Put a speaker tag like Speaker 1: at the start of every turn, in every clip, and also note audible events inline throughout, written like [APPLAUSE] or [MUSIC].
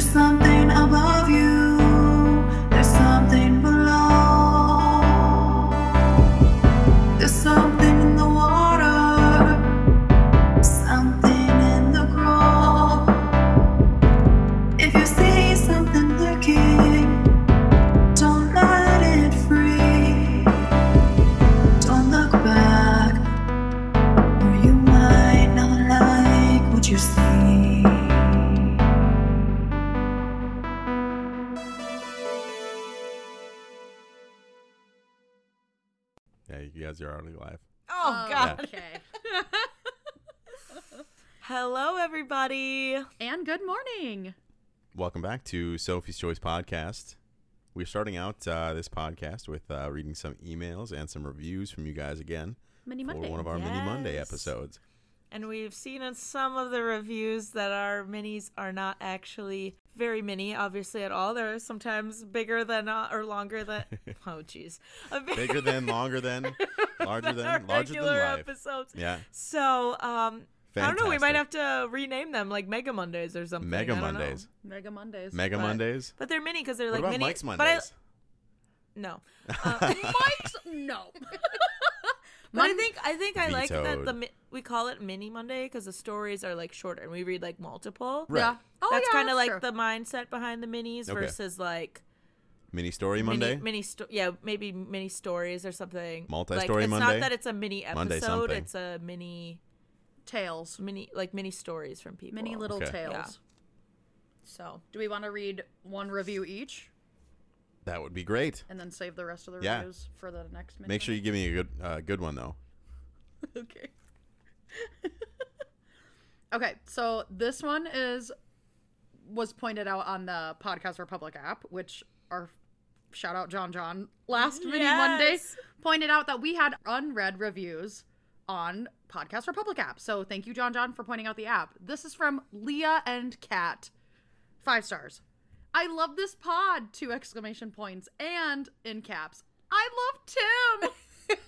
Speaker 1: something above you. There's something below. There's something in the water. Something in the grove. If you see something lurking, don't let it free. Don't look back, or you might not like what you see.
Speaker 2: Yeah, you guys are already live.
Speaker 3: Oh,
Speaker 4: Um,
Speaker 3: God.
Speaker 4: Okay.
Speaker 3: Hello, everybody.
Speaker 4: and good morning.
Speaker 2: Welcome back to Sophie's Choice Podcast. We're starting out uh, this podcast with uh, reading some emails and some reviews from you guys again
Speaker 4: Mini
Speaker 2: for
Speaker 4: Monday.
Speaker 2: one of our Mini Monday
Speaker 3: Yes.
Speaker 2: episodes.
Speaker 3: And we've seen in some of the reviews that our minis are not actually very mini, obviously, at all. They're sometimes bigger than uh, or longer
Speaker 2: [LAUGHS]
Speaker 3: than. oh, jeez. A bit-
Speaker 2: Bigger than, longer
Speaker 3: [LAUGHS]
Speaker 2: than, larger
Speaker 3: our
Speaker 2: than, larger than
Speaker 3: regular
Speaker 2: life.
Speaker 3: episodes.
Speaker 2: Yeah,
Speaker 3: So, um, I don't know. We might have
Speaker 2: Fantastic.
Speaker 3: to rename them like Mega Mondays or something.
Speaker 2: Mega
Speaker 3: I don't know.
Speaker 2: Mondays.
Speaker 4: Mega
Speaker 2: [LAUGHS]
Speaker 4: Mondays.
Speaker 2: Mega
Speaker 3: But-
Speaker 2: Mondays.
Speaker 3: But they're mini because they're
Speaker 2: what
Speaker 3: like
Speaker 2: about
Speaker 3: mini.
Speaker 2: Mike's
Speaker 3: But I, [LAUGHS]
Speaker 2: Mondays? [LAUGHS]
Speaker 3: no. Um,
Speaker 4: Mike's [LAUGHS] no.
Speaker 3: But I think I think I like that
Speaker 2: Vetoed.
Speaker 3: the mi- we call it mini Monday because the stories are like shorter and we read like multiple.
Speaker 2: Right.
Speaker 4: Yeah. Oh,
Speaker 3: that's
Speaker 4: yeah,
Speaker 3: kind of like
Speaker 4: true.
Speaker 3: the mindset behind the minis
Speaker 2: Okay.
Speaker 3: versus like
Speaker 2: Mini Story Monday.
Speaker 3: mini, mini sto- yeah mini mini stories or something.
Speaker 2: Multi-story
Speaker 3: like, it's
Speaker 2: Monday?
Speaker 3: not that it's a mini
Speaker 2: Monday
Speaker 3: episode;
Speaker 2: something.
Speaker 3: it's a mini
Speaker 4: tales.
Speaker 3: mini like mini stories from people.
Speaker 4: Mini little
Speaker 2: Okay.
Speaker 4: tales.
Speaker 3: So
Speaker 4: Do we want to read one review each
Speaker 2: That would be great.
Speaker 4: and then save the rest of the
Speaker 2: Yeah.
Speaker 4: reviews for the next minute?
Speaker 2: Make sure you give me a good, uh, good one though.
Speaker 4: [LAUGHS] okay. okay, so this one is was pointed out on the Podcast Republic app, which our shout out John John last mini Monday
Speaker 3: Yes.
Speaker 4: pointed out that we had unread reviews on Podcast Republic app. So thank you, John John, for pointing out the app. This is from Leah and Kat. Five stars. I love this pod, two exclamation points, and in caps, I love Tim.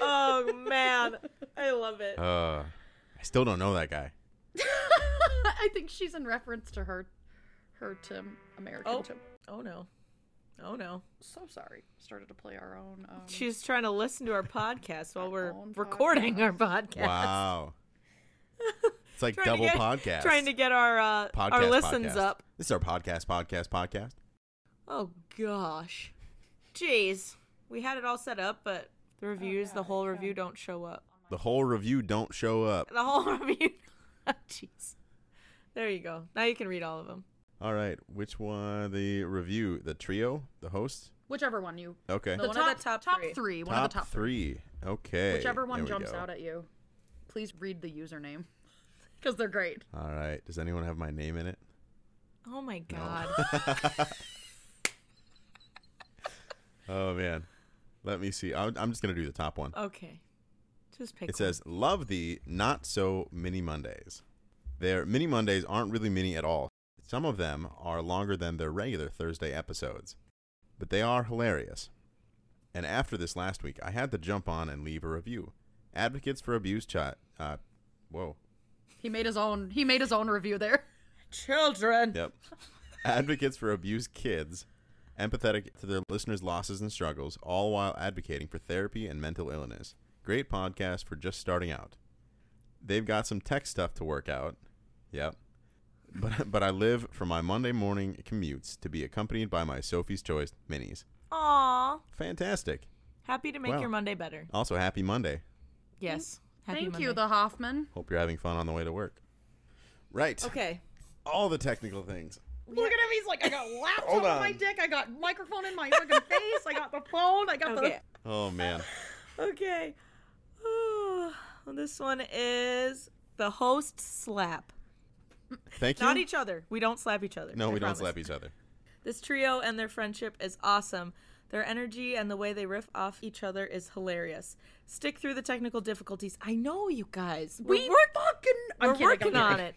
Speaker 3: oh man, I
Speaker 2: [LAUGHS]
Speaker 3: love it.
Speaker 2: Uh, I still don't know that guy.
Speaker 4: [LAUGHS] I think she's in reference to her, her Tim, American
Speaker 3: Oh.
Speaker 4: Tim.
Speaker 3: oh no, oh no.
Speaker 4: So sorry. Started to play our own. Um,
Speaker 3: She's trying to listen to our podcast while we're
Speaker 4: own
Speaker 3: recording our podcast. [LAUGHS]
Speaker 2: Wow. It's like
Speaker 3: Trying to
Speaker 2: double
Speaker 3: get-
Speaker 2: podcast.
Speaker 3: Trying to get our uh,
Speaker 2: podcast,
Speaker 3: our listens
Speaker 2: podcast.
Speaker 3: up.
Speaker 2: This is our podcast, podcast, podcast.
Speaker 3: Oh gosh, jeez, we had it all set up, but the reviews, the whole review don't show up.
Speaker 2: The whole review don't show up.
Speaker 3: The whole [LAUGHS] review, oh, jeez. There you go. Now you can read all of them.
Speaker 2: All right, which one? The review, the trio, the host.
Speaker 4: whichever one you.
Speaker 2: Okay,
Speaker 3: The
Speaker 4: one
Speaker 3: top-
Speaker 4: of the
Speaker 3: top three.
Speaker 4: three. One
Speaker 2: top
Speaker 4: of the top three.
Speaker 2: three. Okay,
Speaker 4: Whichever one
Speaker 2: there we
Speaker 4: jumps
Speaker 2: go.
Speaker 4: out at you. Please read the username [LAUGHS] because they're great.
Speaker 2: All right, does anyone have my name in it?
Speaker 3: Oh my god.
Speaker 2: [LAUGHS] Oh man, let me see. I'm, I'm just gonna do the top one.
Speaker 3: okay, just pick.
Speaker 2: It says, "Love the not so mini Mondays. Their mini Mondays aren't really mini at all. Some of them are longer than their regular Thursday episodes, but they are hilarious. And after this last week, I had to jump on and leave a review. Advocates for Abuse chat. Uh, whoa.
Speaker 4: He made his own. He made his own review there.
Speaker 3: children.
Speaker 2: Yep. Advocates for abused kids, empathetic to their listeners' losses and struggles, all while advocating for therapy and mental illness. Great podcast for just starting out. They've got some tech stuff to work out. Yep. But but I live for my Monday morning commutes to be accompanied by my Sophie's Choice minis.
Speaker 3: Aw,
Speaker 2: Fantastic.
Speaker 3: happy to make
Speaker 2: Wow.
Speaker 3: your Monday better.
Speaker 2: Also happy Monday.
Speaker 3: Yes. Happy
Speaker 4: Thank
Speaker 3: Monday.
Speaker 4: you, the Hoffman.
Speaker 2: Hope you're having fun on the way to work. Right.
Speaker 3: okay.
Speaker 2: All the technical things.
Speaker 4: Look at him. He's like, I
Speaker 2: [LAUGHS]
Speaker 4: got laptop
Speaker 2: Hold
Speaker 4: on.
Speaker 2: on.
Speaker 4: my dick. I got microphone in
Speaker 3: [LAUGHS]
Speaker 4: my freaking face. I got the phone. I got
Speaker 3: Okay.
Speaker 2: Oh man.
Speaker 3: Okay. [SIGHS] well, this one is the host slap.
Speaker 2: Thank you.
Speaker 3: Not each other. We don't slap each other.
Speaker 2: no,
Speaker 3: I
Speaker 2: we don't
Speaker 3: promise.
Speaker 2: slap each other.
Speaker 3: This trio and their friendship is awesome. Their energy and the way they riff off each other is hilarious. Stick through the technical difficulties. I know you guys.
Speaker 4: the.
Speaker 3: We're, work-
Speaker 4: fucking. I'm
Speaker 3: we're
Speaker 4: kidding, I'm
Speaker 3: working
Speaker 4: kidding.
Speaker 3: on it.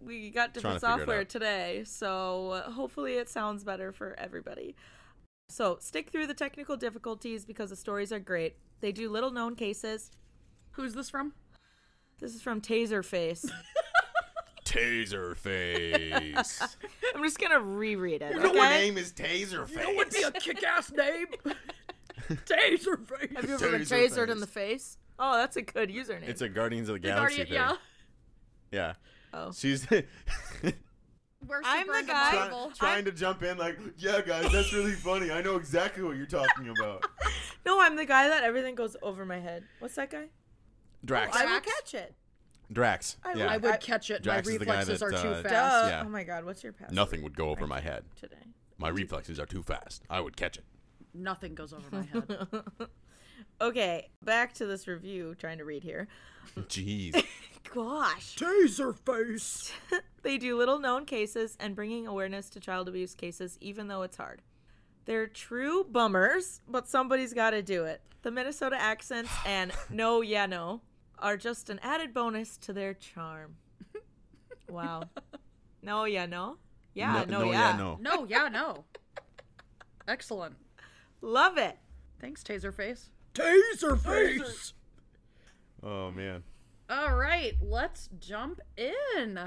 Speaker 3: We got
Speaker 2: to
Speaker 3: different
Speaker 2: figure it
Speaker 3: software
Speaker 2: out.
Speaker 3: today, so uh, hopefully it sounds better for everybody. So stick through the technical difficulties because the stories are great. They do little known cases.
Speaker 4: Who's this from? [LAUGHS]
Speaker 3: This is from Taserface.
Speaker 2: [LAUGHS] Taserface.
Speaker 3: I'm just gonna reread it.
Speaker 2: you know
Speaker 3: okay?
Speaker 2: her name is Taserface.
Speaker 4: That would be a kick-ass name.
Speaker 3: [LAUGHS]
Speaker 4: Taserface.
Speaker 3: Have you ever been
Speaker 2: Taserface.
Speaker 3: tasered in the face? Oh, that's a good username.
Speaker 2: it's a Guardians of the
Speaker 4: The
Speaker 2: Galaxy
Speaker 4: Guardian, yeah.
Speaker 2: thing. Yeah.
Speaker 3: Oh.
Speaker 2: She's [LAUGHS]
Speaker 4: We're
Speaker 3: I'm
Speaker 4: super
Speaker 3: the guy-
Speaker 2: try-
Speaker 4: Marvel.
Speaker 2: trying to jump in like, yeah, guys, that's really funny. I know exactly what you're talking about.
Speaker 3: no, I'm the guy that everything goes over my head. What's that guy?
Speaker 2: [LAUGHS] Drax.
Speaker 3: I will
Speaker 4: Drax?
Speaker 3: catch it.
Speaker 2: Drax.
Speaker 3: I
Speaker 2: yeah.
Speaker 4: I would
Speaker 3: I-
Speaker 4: catch it.
Speaker 2: Drax
Speaker 4: My
Speaker 2: is the guy
Speaker 4: reflexes
Speaker 2: that,
Speaker 4: are too
Speaker 2: uh,
Speaker 3: Duh.
Speaker 4: fast.
Speaker 2: Yeah.
Speaker 3: Oh my god, what's your password?
Speaker 2: Nothing would go over my head.
Speaker 3: today.
Speaker 2: My reflexes are too fast. I would catch it.
Speaker 4: Nothing goes over my [LAUGHS] head.
Speaker 3: Okay, back to this review. Trying to read here.
Speaker 2: Jeez.
Speaker 3: Gosh.
Speaker 4: Taserface.
Speaker 3: [LAUGHS] They do little known cases and bringing awareness to child abuse cases, even though it's hard. They're true bummers, but somebody's got to do it. The Minnesota accents and no, yeah, no are just an added bonus to their charm. Wow. No, yeah, no. [LAUGHS] Yeah, no, yeah.
Speaker 2: no.
Speaker 4: No, yeah, no. Excellent.
Speaker 3: Love it.
Speaker 4: Thanks, Taserface. Taserface.
Speaker 2: Oh man.
Speaker 4: All right, let's jump in.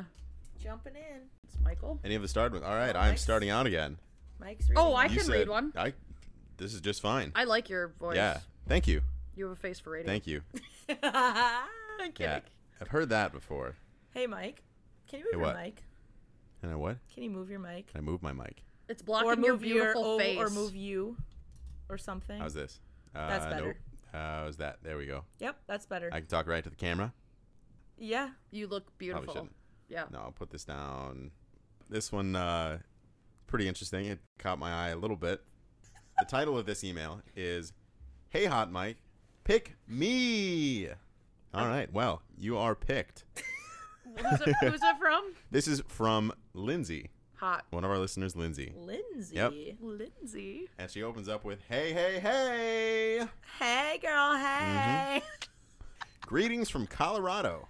Speaker 3: Jumping in.
Speaker 4: It's Michael.
Speaker 2: Any of us started with? All right, I'm
Speaker 3: Oh, Nice.
Speaker 2: starting out again.
Speaker 3: Mike's reading.
Speaker 4: Oh, I
Speaker 2: You
Speaker 4: can
Speaker 2: said-
Speaker 4: read one.
Speaker 2: I. This is just fine.
Speaker 4: I like your voice.
Speaker 2: yeah. Thank you.
Speaker 4: You have a face for radio.
Speaker 2: Thank
Speaker 3: [LAUGHS]
Speaker 2: you.
Speaker 4: Thank you.
Speaker 2: Yeah. I've heard that before.
Speaker 3: hey, Mike. Can you move
Speaker 2: Hey,
Speaker 3: your
Speaker 2: what?
Speaker 3: mic?
Speaker 2: And I what?
Speaker 3: Can you move your mic?
Speaker 2: Can I move my mic?
Speaker 4: It's blocking your beautiful
Speaker 3: oh,
Speaker 4: face.
Speaker 3: or move you or something.
Speaker 2: How's this? Uh,
Speaker 3: That's better.
Speaker 2: Nope. How's that? There we go.
Speaker 3: Yep, that's better.
Speaker 2: I can talk right to the camera.
Speaker 3: yeah.
Speaker 4: You look beautiful.
Speaker 2: shouldn't.
Speaker 4: Yeah.
Speaker 2: No, I'll put this down. This one, uh, pretty interesting. It caught my eye a little bit. The title of this email is "Hey Hot Mike, pick me." All right. Well, you are picked.
Speaker 4: who's,
Speaker 2: [LAUGHS]
Speaker 4: it, who's it from?
Speaker 2: This is from Lindsay,
Speaker 4: Hot
Speaker 2: one of our listeners, Lindsay,
Speaker 3: Lindsay.
Speaker 4: Lindsay.
Speaker 2: and she opens up with "Hey, hey, hey!
Speaker 3: Hey, girl. Hey.
Speaker 2: Mm-hmm. Greetings from Colorado."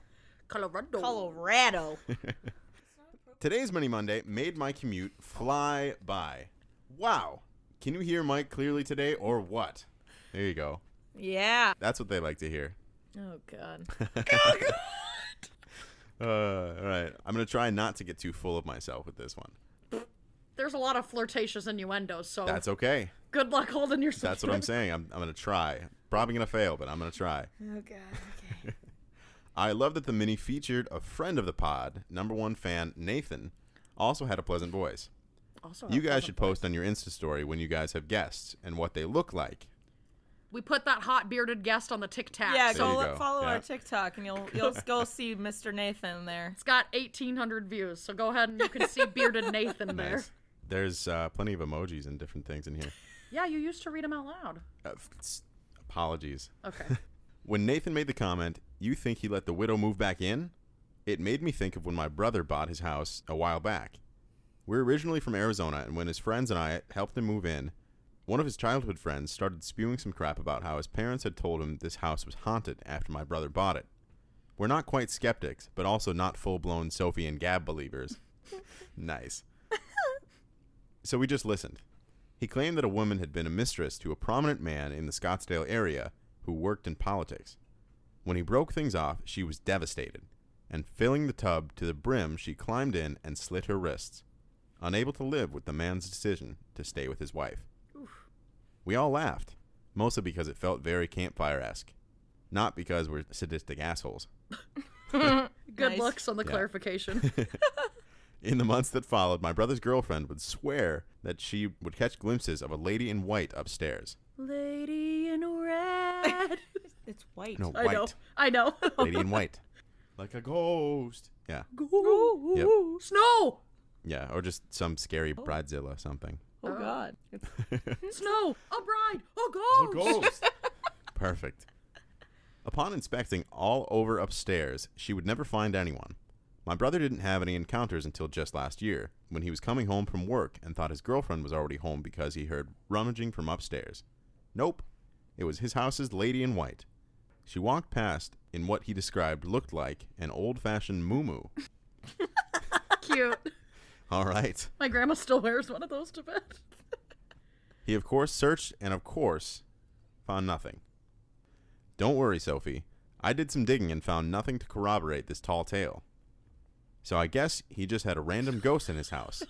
Speaker 2: [LAUGHS]
Speaker 3: [LAUGHS]
Speaker 4: Colorado.
Speaker 3: Colorado.
Speaker 2: Today's Money Monday made my commute fly by. Wow. Can you hear Mike clearly today or what? There you go.
Speaker 3: yeah.
Speaker 2: That's what they like to hear.
Speaker 3: Oh,
Speaker 2: [LAUGHS]
Speaker 3: God.
Speaker 2: Uh, all right. I'm going to try not to get too full of myself with this one.
Speaker 4: There's a lot of flirtatious innuendos, so
Speaker 2: That's okay.
Speaker 4: good luck holding yourself.
Speaker 2: That's what I'm saying. I'm, I'm going to try. Probably going to fail, but I'm going to try.
Speaker 3: Oh, God. Okay.
Speaker 2: I love that the mini featured a friend of the pod, number one fan, Nathan, also had a pleasant voice.
Speaker 4: Also,
Speaker 2: You guys should post on your Insta story when you guys have guests and what they look like.
Speaker 4: We put that hot bearded guest on the Tic Tac.
Speaker 3: Yeah,
Speaker 2: There
Speaker 3: go,
Speaker 2: you
Speaker 3: look-
Speaker 2: go.
Speaker 3: follow
Speaker 2: Yeah.
Speaker 3: our TikTok
Speaker 2: [LAUGHS]
Speaker 3: and you'll you'll go see Mr. Nathan [LAUGHS] there.
Speaker 4: It's got 1,800 views, so go ahead and you
Speaker 3: [LAUGHS]
Speaker 4: can see bearded Nathan there.
Speaker 2: Nice. There's uh, plenty of emojis and different things in here.
Speaker 4: Yeah, you used to read them out loud.
Speaker 2: Uh, f- s- apologies.
Speaker 4: Okay.
Speaker 3: [LAUGHS]
Speaker 2: When Nathan made the comment, you think he let the widow move back in? It made me think of when my brother bought his house a while back. We're originally from Arizona, and when his friends and I helped him move in, one of his childhood friends started spewing some crap about how his parents had told him this house was haunted after my brother bought it. We're not quite skeptics, but also not full blown Sophie and Gab believers. [LAUGHS] nice. so we just listened. He claimed that a woman had been a mistress to a prominent man in the Scottsdale area who worked in politics. When he broke things off, she was devastated, and filling the tub to the brim, she climbed in and slit her wrists, unable to live with the man's decision to stay with his wife. We all laughed, mostly because it felt very campfire esque, not because we're sadistic assholes. [LAUGHS]
Speaker 4: Good
Speaker 3: Nice.
Speaker 4: looks on the
Speaker 2: Yeah.
Speaker 3: [LAUGHS]
Speaker 4: clarification.
Speaker 2: In the months that followed, my brother's girlfriend would swear that she would catch glimpses of a lady in white upstairs.
Speaker 4: Lady
Speaker 3: [LAUGHS]
Speaker 4: in red.
Speaker 3: It's white.
Speaker 2: No,
Speaker 4: I
Speaker 2: white.
Speaker 4: know.
Speaker 2: [LAUGHS]
Speaker 4: I know.
Speaker 2: Lady in white. Like a ghost. Yeah.
Speaker 3: Ooh,
Speaker 2: Yep.
Speaker 3: ooh, ooh.
Speaker 4: Snow.
Speaker 2: Yeah. Or just some scary bridezilla something.
Speaker 3: Oh God. It's
Speaker 4: Snow. A bride. A ghost.
Speaker 2: Perfect. Upon inspecting all over upstairs, she would never find anyone. My brother didn't have any encounters until just last year, when he was coming home from work and thought his girlfriend was already home because he heard rummaging from upstairs. Nope. It was his house's lady in white. She walked past in what he described looked like an old fashioned moo
Speaker 4: [LAUGHS] Cute.
Speaker 2: [LAUGHS] All right.
Speaker 4: My grandma still wears one of those to bed. [LAUGHS]
Speaker 2: He, of course, searched and, of course, found nothing. Don't worry, Sophie. I did some digging and found nothing to corroborate this tall tale. So I guess he just had a random ghost in his
Speaker 3: [LAUGHS]
Speaker 2: house.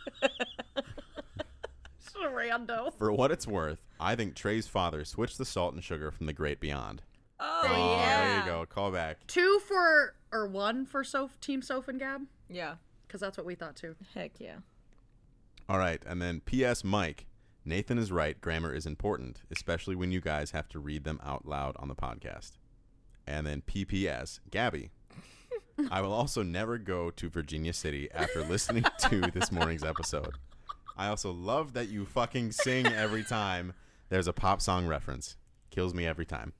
Speaker 4: Just a rando.
Speaker 2: For what it's worth, I think Trey's father switched the salt and sugar from the Great Beyond.
Speaker 3: Oh,
Speaker 2: Oh,
Speaker 3: yeah.
Speaker 2: there you go. Call back.
Speaker 4: Two for or one for Soph, Team Soph and Gab,
Speaker 3: Yeah.
Speaker 4: because that's what we thought too.
Speaker 3: Heck yeah.
Speaker 2: All right, and then P.S. Mike, Nathan is right. Grammar is important, especially when you guys have to read them out loud on the podcast. And then P.P.S. Gabby, I will also never go to Virginia City after listening to this morning's episode. I also love that you fucking sing every time there's a pop song reference. Kills me every time.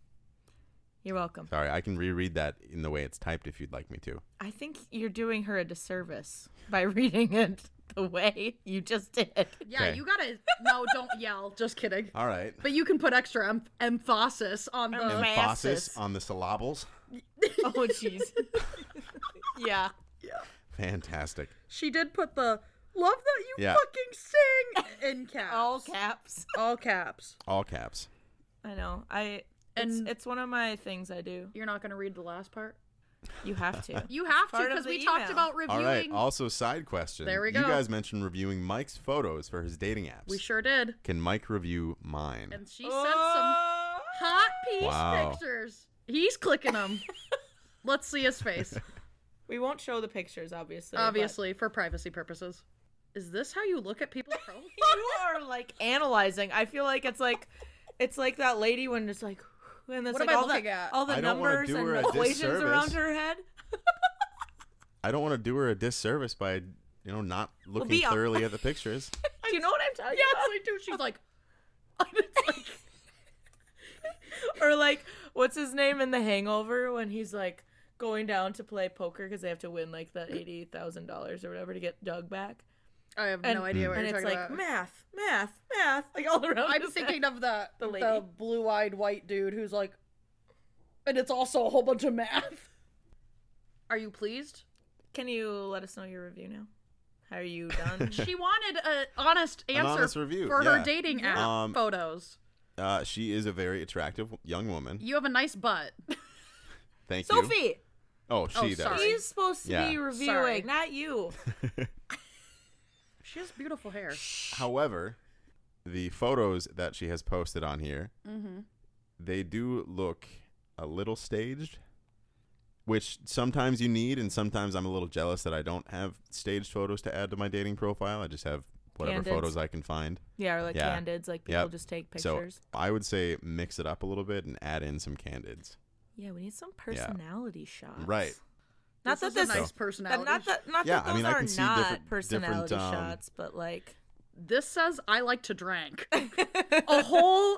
Speaker 3: You're welcome.
Speaker 2: Sorry, I can reread that in the way it's typed if you'd like me to.
Speaker 3: I think you're doing her a disservice by [LAUGHS] reading it the way you just
Speaker 4: [LAUGHS]
Speaker 3: did.
Speaker 4: Yeah,
Speaker 2: Okay.
Speaker 4: you gotta. No, don't yell. Just kidding.
Speaker 2: All right.
Speaker 4: But you can put extra em- emphasis on the.
Speaker 3: Em-
Speaker 2: Emphasis
Speaker 3: Emphasis.
Speaker 2: on the syllables.
Speaker 3: Oh, jeez. [LAUGHS] yeah.
Speaker 2: Fantastic.
Speaker 4: she did put the love that you
Speaker 2: Yeah.
Speaker 4: fucking sing [LAUGHS] in caps.
Speaker 3: All caps.
Speaker 4: All caps.
Speaker 2: All caps.
Speaker 3: I know. I. It's,
Speaker 4: And-
Speaker 3: it's one of my things I do.
Speaker 4: You're not gonna read the last part.
Speaker 3: You have to.
Speaker 4: [LAUGHS] You have to
Speaker 3: Part of
Speaker 4: because
Speaker 3: the
Speaker 4: we talked
Speaker 3: email.
Speaker 4: about
Speaker 2: All
Speaker 4: reviewing.
Speaker 2: right. Also, side question.
Speaker 4: There we
Speaker 2: You
Speaker 4: go.
Speaker 2: guys mentioned reviewing Mike's photos for his dating apps.
Speaker 4: we sure did.
Speaker 2: Can Mike review mine?
Speaker 4: And she sent some
Speaker 3: Oh.
Speaker 4: hot piece
Speaker 2: Wow.
Speaker 4: pictures. He's clicking them. Let's see his face.
Speaker 3: We won't show the pictures, obviously. but-
Speaker 4: Obviously, for privacy purposes. Is this how you look at people's profiles?
Speaker 3: you are like analyzing. I feel like it's like, it's like that lady when it's like, and it's
Speaker 4: What am
Speaker 3: like
Speaker 4: I
Speaker 3: all the
Speaker 4: looking at?
Speaker 3: all the
Speaker 2: I don't wanna
Speaker 3: numbers
Speaker 2: do
Speaker 3: and
Speaker 2: her a
Speaker 3: equations around
Speaker 2: disservice.
Speaker 3: her
Speaker 4: [LAUGHS]
Speaker 3: head.
Speaker 2: I don't want to do her a disservice by, you know, not looking
Speaker 3: be hon-
Speaker 2: thoroughly at the pictures. [LAUGHS]
Speaker 3: Do you know what I'm talking
Speaker 4: yes, I do. She's like, [LAUGHS] it's like
Speaker 3: about? [LAUGHS] Or like, what's his name in The Hangover when he's like going down to play poker because they have to win like the eighty thousand dollars or whatever to get Doug back.
Speaker 4: I have
Speaker 3: And-
Speaker 4: no idea what
Speaker 3: and
Speaker 4: you're
Speaker 3: it's
Speaker 4: talking
Speaker 3: like
Speaker 4: about.
Speaker 3: math, math, math, like all around.
Speaker 4: I'm
Speaker 3: his head.
Speaker 4: thinking of the
Speaker 3: [LAUGHS] The
Speaker 4: the,
Speaker 3: lady.
Speaker 4: blue-eyed white dude who's like, and it's also a whole bunch of math. Are
Speaker 3: [LAUGHS]
Speaker 4: you pleased?
Speaker 3: Can you let us know your review now?
Speaker 2: [LAUGHS]
Speaker 3: Are you done?
Speaker 4: She wanted an honest answer
Speaker 2: honest review,
Speaker 4: for
Speaker 2: yeah.
Speaker 4: her dating app
Speaker 2: Um,
Speaker 4: photos.
Speaker 2: Uh, she is a very attractive young woman.
Speaker 4: You have a nice butt.
Speaker 2: Thank you.
Speaker 3: Sophie,
Speaker 2: Oh,
Speaker 4: Oh,
Speaker 2: she does.
Speaker 4: sorry.
Speaker 3: he's supposed to
Speaker 2: Yeah.
Speaker 3: be reviewing,
Speaker 4: Sorry.
Speaker 3: not
Speaker 2: [LAUGHS]
Speaker 3: you.
Speaker 4: [LAUGHS] She has beautiful hair.
Speaker 2: However, the photos that she has posted on here,
Speaker 4: Mm-hmm.
Speaker 2: they do look a little staged, which sometimes you need, and sometimes I'm a little jealous that I don't have staged photos to add to my dating profile. I just have whatever
Speaker 3: Candids.
Speaker 2: photos I can find.
Speaker 3: Yeah, or like
Speaker 2: Yeah.
Speaker 3: candids, like people
Speaker 2: Yep.
Speaker 3: just take pictures.
Speaker 2: So I would say mix it up a little bit and add in some candids.
Speaker 3: yeah, we need some personality shots.
Speaker 2: Right.
Speaker 3: Not
Speaker 4: This
Speaker 3: that
Speaker 4: is a
Speaker 3: this
Speaker 4: nice personality.
Speaker 3: that- not that not
Speaker 2: Yeah,
Speaker 3: that
Speaker 2: I
Speaker 3: those
Speaker 2: mean, I
Speaker 3: are
Speaker 2: can see
Speaker 3: not
Speaker 2: different- different,
Speaker 3: personality
Speaker 2: um,
Speaker 3: shots, but
Speaker 4: [LAUGHS]
Speaker 3: like [LAUGHS]
Speaker 4: This says I like to drink. a whole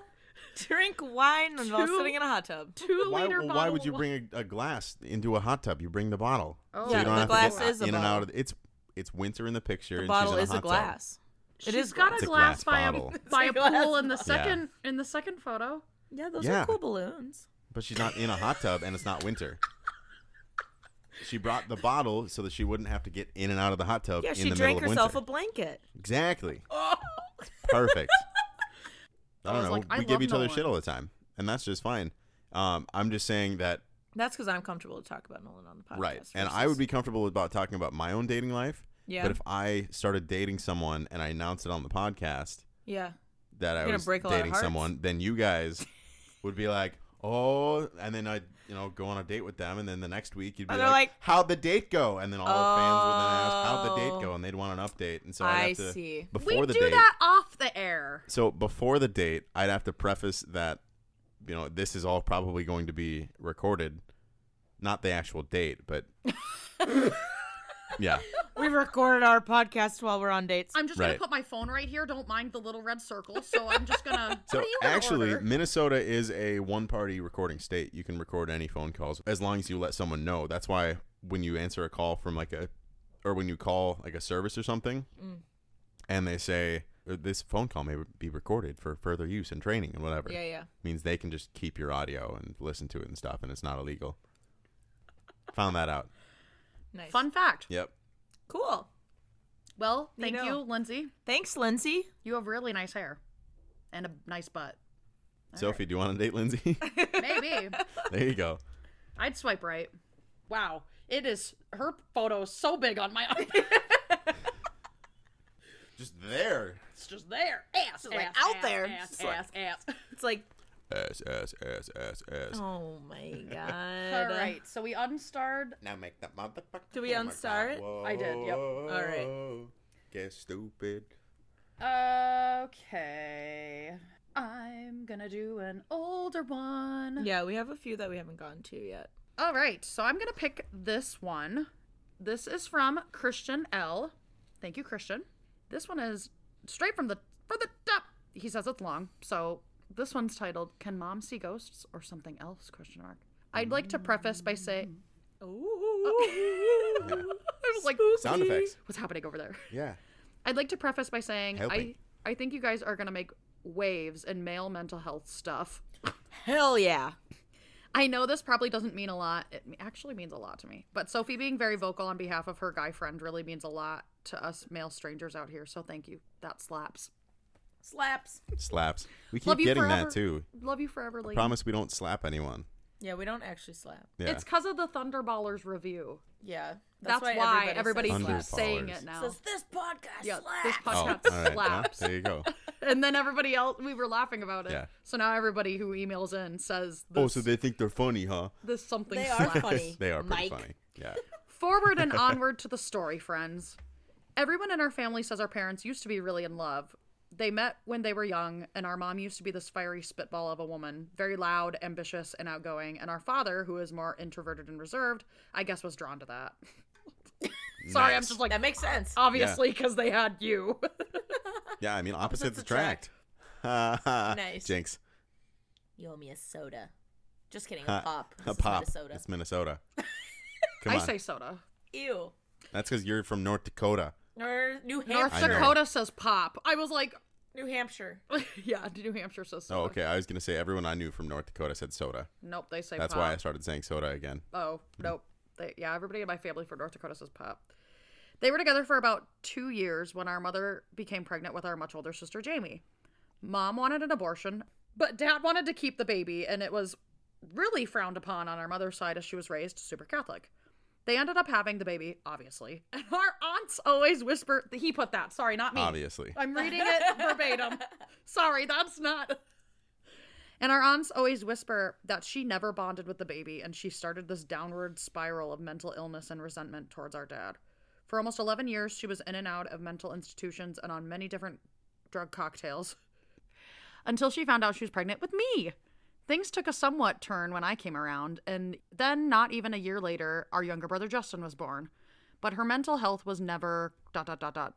Speaker 3: drink wine and while
Speaker 4: Two-
Speaker 3: sitting in a hot tub.
Speaker 4: two
Speaker 2: Why,
Speaker 4: liter
Speaker 2: well,
Speaker 4: bottle.
Speaker 2: why would
Speaker 4: of
Speaker 2: you
Speaker 4: wi-
Speaker 2: bring a, a glass into a hot tub? You bring the bottle.
Speaker 4: Oh.
Speaker 2: so
Speaker 4: Yeah,
Speaker 2: you don't
Speaker 4: the
Speaker 2: have
Speaker 4: glass
Speaker 2: to get
Speaker 3: is a
Speaker 2: in and
Speaker 3: bottle.
Speaker 2: out of the, it's it's winter in the picture.
Speaker 3: The
Speaker 2: and
Speaker 3: bottle
Speaker 2: she's in
Speaker 3: is
Speaker 2: a,
Speaker 3: a
Speaker 2: hot tub.
Speaker 3: glass. It
Speaker 4: She's
Speaker 3: is
Speaker 4: got
Speaker 3: glass.
Speaker 2: It's
Speaker 4: a
Speaker 2: a glass
Speaker 4: glass, by
Speaker 2: bottle.
Speaker 4: a by
Speaker 3: It's
Speaker 4: a
Speaker 3: a glass
Speaker 4: pool in the
Speaker 3: bottle.
Speaker 2: Yeah.
Speaker 4: second in the second photo.
Speaker 3: Yeah, those
Speaker 2: Yeah.
Speaker 3: are cool balloons.
Speaker 2: But she's not in a hot tub and it's not winter. She brought the bottle so that she wouldn't have to get in and out of the hot tub
Speaker 3: Yeah,
Speaker 2: in
Speaker 3: she
Speaker 2: the
Speaker 3: drank
Speaker 2: middle of
Speaker 3: herself
Speaker 2: winter.
Speaker 3: a blanket.
Speaker 2: Exactly.
Speaker 3: Oh,
Speaker 2: Perfect. I
Speaker 4: I
Speaker 2: don't
Speaker 4: was
Speaker 2: know.
Speaker 4: like, I
Speaker 2: we give
Speaker 4: love
Speaker 2: each
Speaker 4: no
Speaker 2: other
Speaker 4: one.
Speaker 2: shit all the time, and that's just fine. Um, I'm just saying that
Speaker 3: [LAUGHS] that's because I'm comfortable to talk about Nolan on the podcast.
Speaker 2: right and i would
Speaker 3: versus-
Speaker 2: be comfortable about talking about my own dating life
Speaker 3: Yeah.
Speaker 2: but if i started dating someone and i announced it on the podcast
Speaker 3: yeah.
Speaker 2: that i
Speaker 3: gonna
Speaker 2: was
Speaker 3: break a lot of
Speaker 2: dating
Speaker 3: hearts.
Speaker 2: someone then you guys would be like oh and then i'd you know go on a date with them and then the next week you'd be
Speaker 3: And they're
Speaker 2: like,
Speaker 3: like,
Speaker 2: how'd the date go and then all the fans would then ask how'd the
Speaker 3: Oh.
Speaker 2: date go and they'd want an update and so i'd
Speaker 3: I
Speaker 2: have to
Speaker 3: see.
Speaker 2: before
Speaker 4: we
Speaker 2: the
Speaker 4: do
Speaker 2: date
Speaker 4: that off the air.
Speaker 2: so before the date i'd have to preface that you know this is all probably going to be recorded not the actual date
Speaker 3: [LAUGHS]
Speaker 2: but yeah
Speaker 3: We recorded our podcast while we're on dates.
Speaker 4: I'm just
Speaker 2: Right.
Speaker 4: gonna put my phone right here. Don't mind the little red circle. So I'm just gonna.
Speaker 2: [LAUGHS] So
Speaker 4: what do you wanna
Speaker 2: actually,
Speaker 4: order?
Speaker 2: Minnesota is a one-party recording state. You can record any phone calls as long as you let someone know. That's why when you answer a call from like a, or when you call like a service or something,
Speaker 4: Mm.
Speaker 2: and they say "Uh, this phone call may be recorded for further use and training and whatever,
Speaker 3: yeah, yeah.
Speaker 2: means they can just keep your audio and listen to it and stuff, and it's not illegal. Found that out.
Speaker 3: Nice.
Speaker 4: fun fact.
Speaker 2: Yep.
Speaker 3: Cool.
Speaker 4: Well,
Speaker 3: You
Speaker 4: thank you,
Speaker 3: know.
Speaker 4: Lindsay.
Speaker 3: Thanks, Lindsay.
Speaker 4: You have really nice hair, and a nice butt. [LAUGHS]
Speaker 2: Sophie, do you want to date Lindsay?
Speaker 4: Maybe
Speaker 2: there you go.
Speaker 4: I'd swipe right. Wow, it is her photo is so big on my [LAUGHS] arm.
Speaker 2: Just there.
Speaker 4: it's just there. Ass,
Speaker 3: like,
Speaker 4: ass,
Speaker 3: out
Speaker 4: ass,
Speaker 3: there.
Speaker 4: Ass,
Speaker 3: It's like-
Speaker 4: ass, [LAUGHS] ass.
Speaker 3: It's like,
Speaker 2: Ass, ass, ass, ass, ass.
Speaker 3: oh my
Speaker 2: [LAUGHS]
Speaker 3: god.
Speaker 4: All right, so we unstarred.
Speaker 2: Now make that motherfucker. oh
Speaker 3: Do we unstar it?
Speaker 4: I did, yep.
Speaker 3: right.
Speaker 2: Get stupid.
Speaker 4: Okay, I'm gonna do an older one.
Speaker 3: Yeah, we have a few that we haven't gone to yet.
Speaker 4: All right, so I'm gonna pick this one. This is from Christian L. Thank you, Christian. This one is straight from the from the top. He says it's long, so this one's titled "Can Mom See Ghosts or Something Else?" Question mark. I'd like to preface by saying,
Speaker 2: [LAUGHS]
Speaker 3: Ooh.
Speaker 4: [LAUGHS] I was like,
Speaker 2: Sound effects.
Speaker 4: "What's happening over there?" [LAUGHS]
Speaker 2: Yeah.
Speaker 4: I'd like to preface by saying, I
Speaker 2: Helping.
Speaker 4: I think you guys are gonna make waves in male mental health stuff.
Speaker 3: Hell yeah.
Speaker 4: I know this probably doesn't mean a lot. It actually means a lot to me. But Sophie being very vocal on behalf of her guy friend really means a lot to us male strangers out here. So thank you. That slaps.
Speaker 3: Slaps.
Speaker 2: Slaps. We keep
Speaker 4: Love you
Speaker 2: getting
Speaker 4: forever.
Speaker 2: that too.
Speaker 4: Love you forever, lady.
Speaker 2: Promise we don't slap anyone.
Speaker 3: Yeah, we don't actually slap.
Speaker 2: Yeah.
Speaker 4: It's because of the Thunderballers review.
Speaker 3: Yeah.
Speaker 4: That's, why, everybody's
Speaker 3: says
Speaker 2: Under-
Speaker 3: slaps.
Speaker 4: saying
Speaker 2: Thunderballers.
Speaker 4: it now.
Speaker 3: Says this podcast
Speaker 4: yeah,
Speaker 3: slaps.
Speaker 4: this
Speaker 2: oh,
Speaker 4: podcast
Speaker 2: all right. yeah,
Speaker 4: slaps.
Speaker 2: there you
Speaker 4: [LAUGHS]
Speaker 2: go.
Speaker 4: And then everybody else, we were laughing about it.
Speaker 2: Yeah.
Speaker 4: So now everybody who emails in says this,
Speaker 2: Oh, so they think they're funny, huh?
Speaker 4: this something
Speaker 3: They
Speaker 4: slaps.
Speaker 3: are funny.
Speaker 2: They are pretty
Speaker 3: Mike.
Speaker 2: funny. Yeah. [LAUGHS]
Speaker 4: Forward and onward to the story, friends. Everyone in our family says our parents used to be really in love. They met when they were young, and our mom used to be this fiery spitball of a woman, very loud, ambitious, and outgoing. And our father, who is more introverted and reserved, I guess was drawn to that. [LAUGHS] Sorry, I'm
Speaker 2: Nice.
Speaker 4: just like,
Speaker 3: That makes sense.
Speaker 4: obviously, because they had you.
Speaker 2: Yeah, I
Speaker 4: [LAUGHS]
Speaker 2: mean opposites,
Speaker 3: Opposites
Speaker 2: attract. Ha [LAUGHS] ha.
Speaker 3: Nice.
Speaker 2: Jinx.
Speaker 3: You owe me a soda. Just kidding,
Speaker 2: Ha.
Speaker 3: a pop.
Speaker 2: A
Speaker 3: This is
Speaker 2: pop.
Speaker 3: Minnesota.
Speaker 2: It's
Speaker 4: [LAUGHS]
Speaker 2: Minnesota. Come
Speaker 4: I
Speaker 2: on.
Speaker 4: say soda.
Speaker 3: Ew.
Speaker 2: That's because you're from North Dakota. Oh,
Speaker 3: Or New
Speaker 4: North
Speaker 2: I know.
Speaker 3: Hampshire.
Speaker 4: Dakota says pop. I was like, [LAUGHS]
Speaker 3: New Hampshire.
Speaker 4: yeah, New Hampshire says soda.
Speaker 2: Oh, okay. I was gonna say everyone I knew from North Dakota said soda.
Speaker 4: Nope, they say
Speaker 2: That's
Speaker 4: pop.
Speaker 2: why I started saying soda again.
Speaker 4: Oh, nope. They, yeah, everybody in my family from North Dakota says pop. They were together for about two years when our mother became pregnant with our much older sister, Jamie. Mom wanted an abortion, but dad wanted to keep the baby, and it was really frowned upon on our mother's side as she was raised super Catholic. They ended up having the baby, obviously. [LAUGHS] And our aunts always whisper, he put that, sorry, not me.
Speaker 2: Obviously.
Speaker 4: I'm reading it verbatim. Sorry, that's not. And our aunts always whisper that she never bonded with the baby and she started this downward spiral of mental illness and resentment towards our dad. For almost 11 years, she was in and out of mental institutions and on many different drug cocktails until she found out she was pregnant with me. Things took a somewhat turn when I came around, and then, not even a year later, our younger brother Justin was born. But her mental health was never dot dot dot dot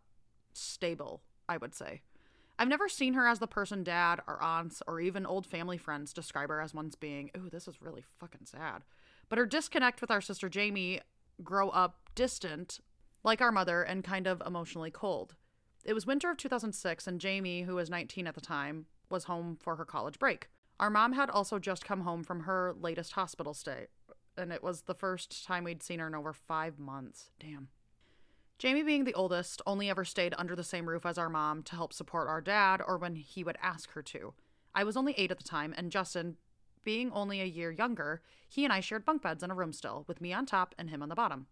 Speaker 4: stable, I would say. I've never seen her as the person dad or aunts or even old family friends describe her as once being, ooh, this is really fucking sad. But her disconnect with our sister Jamie grow up distant, like our mother, and kind of emotionally cold. It was winter of 2006, and Jamie, who was 19 at the time, was home for her college break. Our mom had also just come home from her latest hospital stay, and it was the first time we'd seen her in over five months. Damn. Jamie, being the oldest, only ever stayed under the same roof as our mom to help support our dad or when he would ask her to. I was only eight at the time, and Justin, being only a year younger, he and I shared bunk beds in a room still, with me on top and him on the bottom.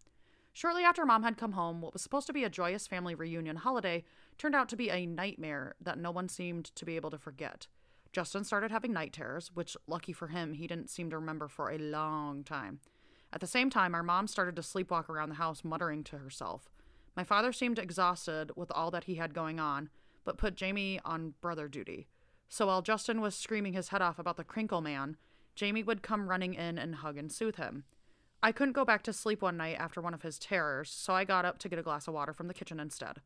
Speaker 4: Shortly after mom had come home, what was supposed to be a joyous family reunion holiday turned out to be a nightmare that no one seemed to be able to forget. Justin started having night terrors, which, lucky for him, he didn't seem to remember for a long time. At the same time, our mom started to sleepwalk around the house, muttering to herself. My father seemed exhausted with all that he had going on, but put Jamie on brother duty. So while Justin was screaming his head off about the crinkle man, Jamie would come running in and hug and soothe him. I couldn't go back to sleep one night after one of his terrors, so I got up to get a glass of water from the kitchen instead.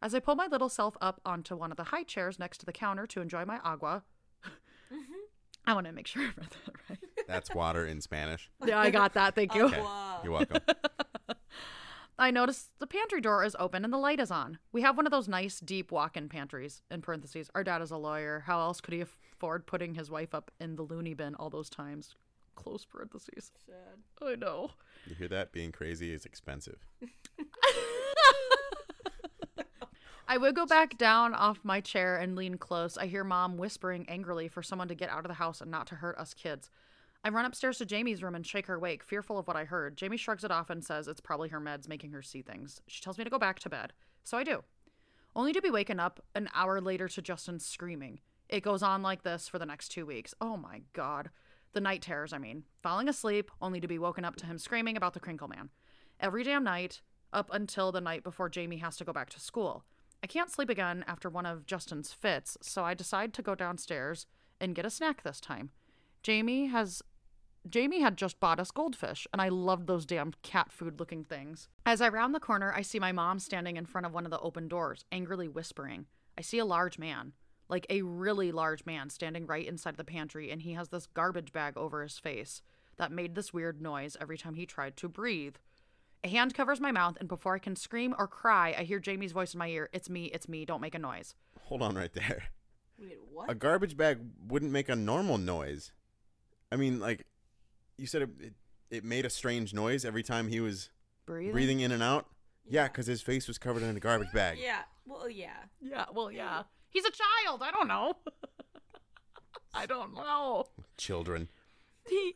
Speaker 4: As I pulled my little self up onto one of the high chairs next to the counter to enjoy my agua, [LAUGHS] I want to make sure I read that right.
Speaker 2: That's water in [LAUGHS] Spanish.
Speaker 4: Yeah, I got that. Thank you.
Speaker 2: Okay. You're welcome.
Speaker 4: I notice the pantry door is open and the light is on. We have one of those nice deep walk-in pantries. In parentheses, our dad is a lawyer. How else could he afford putting his wife up in the loony bin all those times? Close parentheses. Sad. I know.
Speaker 2: You hear that? Being crazy is expensive.
Speaker 4: I would go back down off my chair and lean close. I hear mom whispering angrily for someone to get out of the house and not to hurt us kids. I run upstairs to Jamie's room and shake her awake, fearful of what I heard. Jamie shrugs it off and says it's probably her meds making her see things. She tells me to go back to bed. So I do. Only to be waken up an hour later to Justin screaming. It goes on like this for the next two weeks. Oh my god. The night terrors, I mean. Falling asleep, only to be woken up to him screaming about the Crinkle Man. Every damn night, up until the night before Jamie has to go back to school. I can't sleep again after one of Justin's fits, so I decide to go downstairs and get a snack this time. Jamie has Jamie had just bought us goldfish, and I loved those damn cat food looking things. As I round the corner, I see my mom standing in front of one of the open doors, angrily whispering. I see a large man, like a really large man, standing right inside the pantry, and he has this garbage bag over his face that made this weird noise every time he tried to breathe. A hand covers my mouth, and before I can scream or cry, I hear Jamie's voice in my ear It's me, it's me, don't make a noise.
Speaker 2: Hold on right there.
Speaker 3: Wait, what?
Speaker 2: A garbage bag wouldn't make a normal noise. I mean, like, you said it, it, it made a strange noise every time he was
Speaker 4: Breathing?
Speaker 2: breathing, in and out? Yeah, because his face was covered in a garbage bag.
Speaker 3: Yeah. Well, yeah.
Speaker 2: [LAUGHS]
Speaker 4: Yeah, well, yeah. He's a child. I don't know. [LAUGHS] I don't know.
Speaker 2: Children.
Speaker 3: He,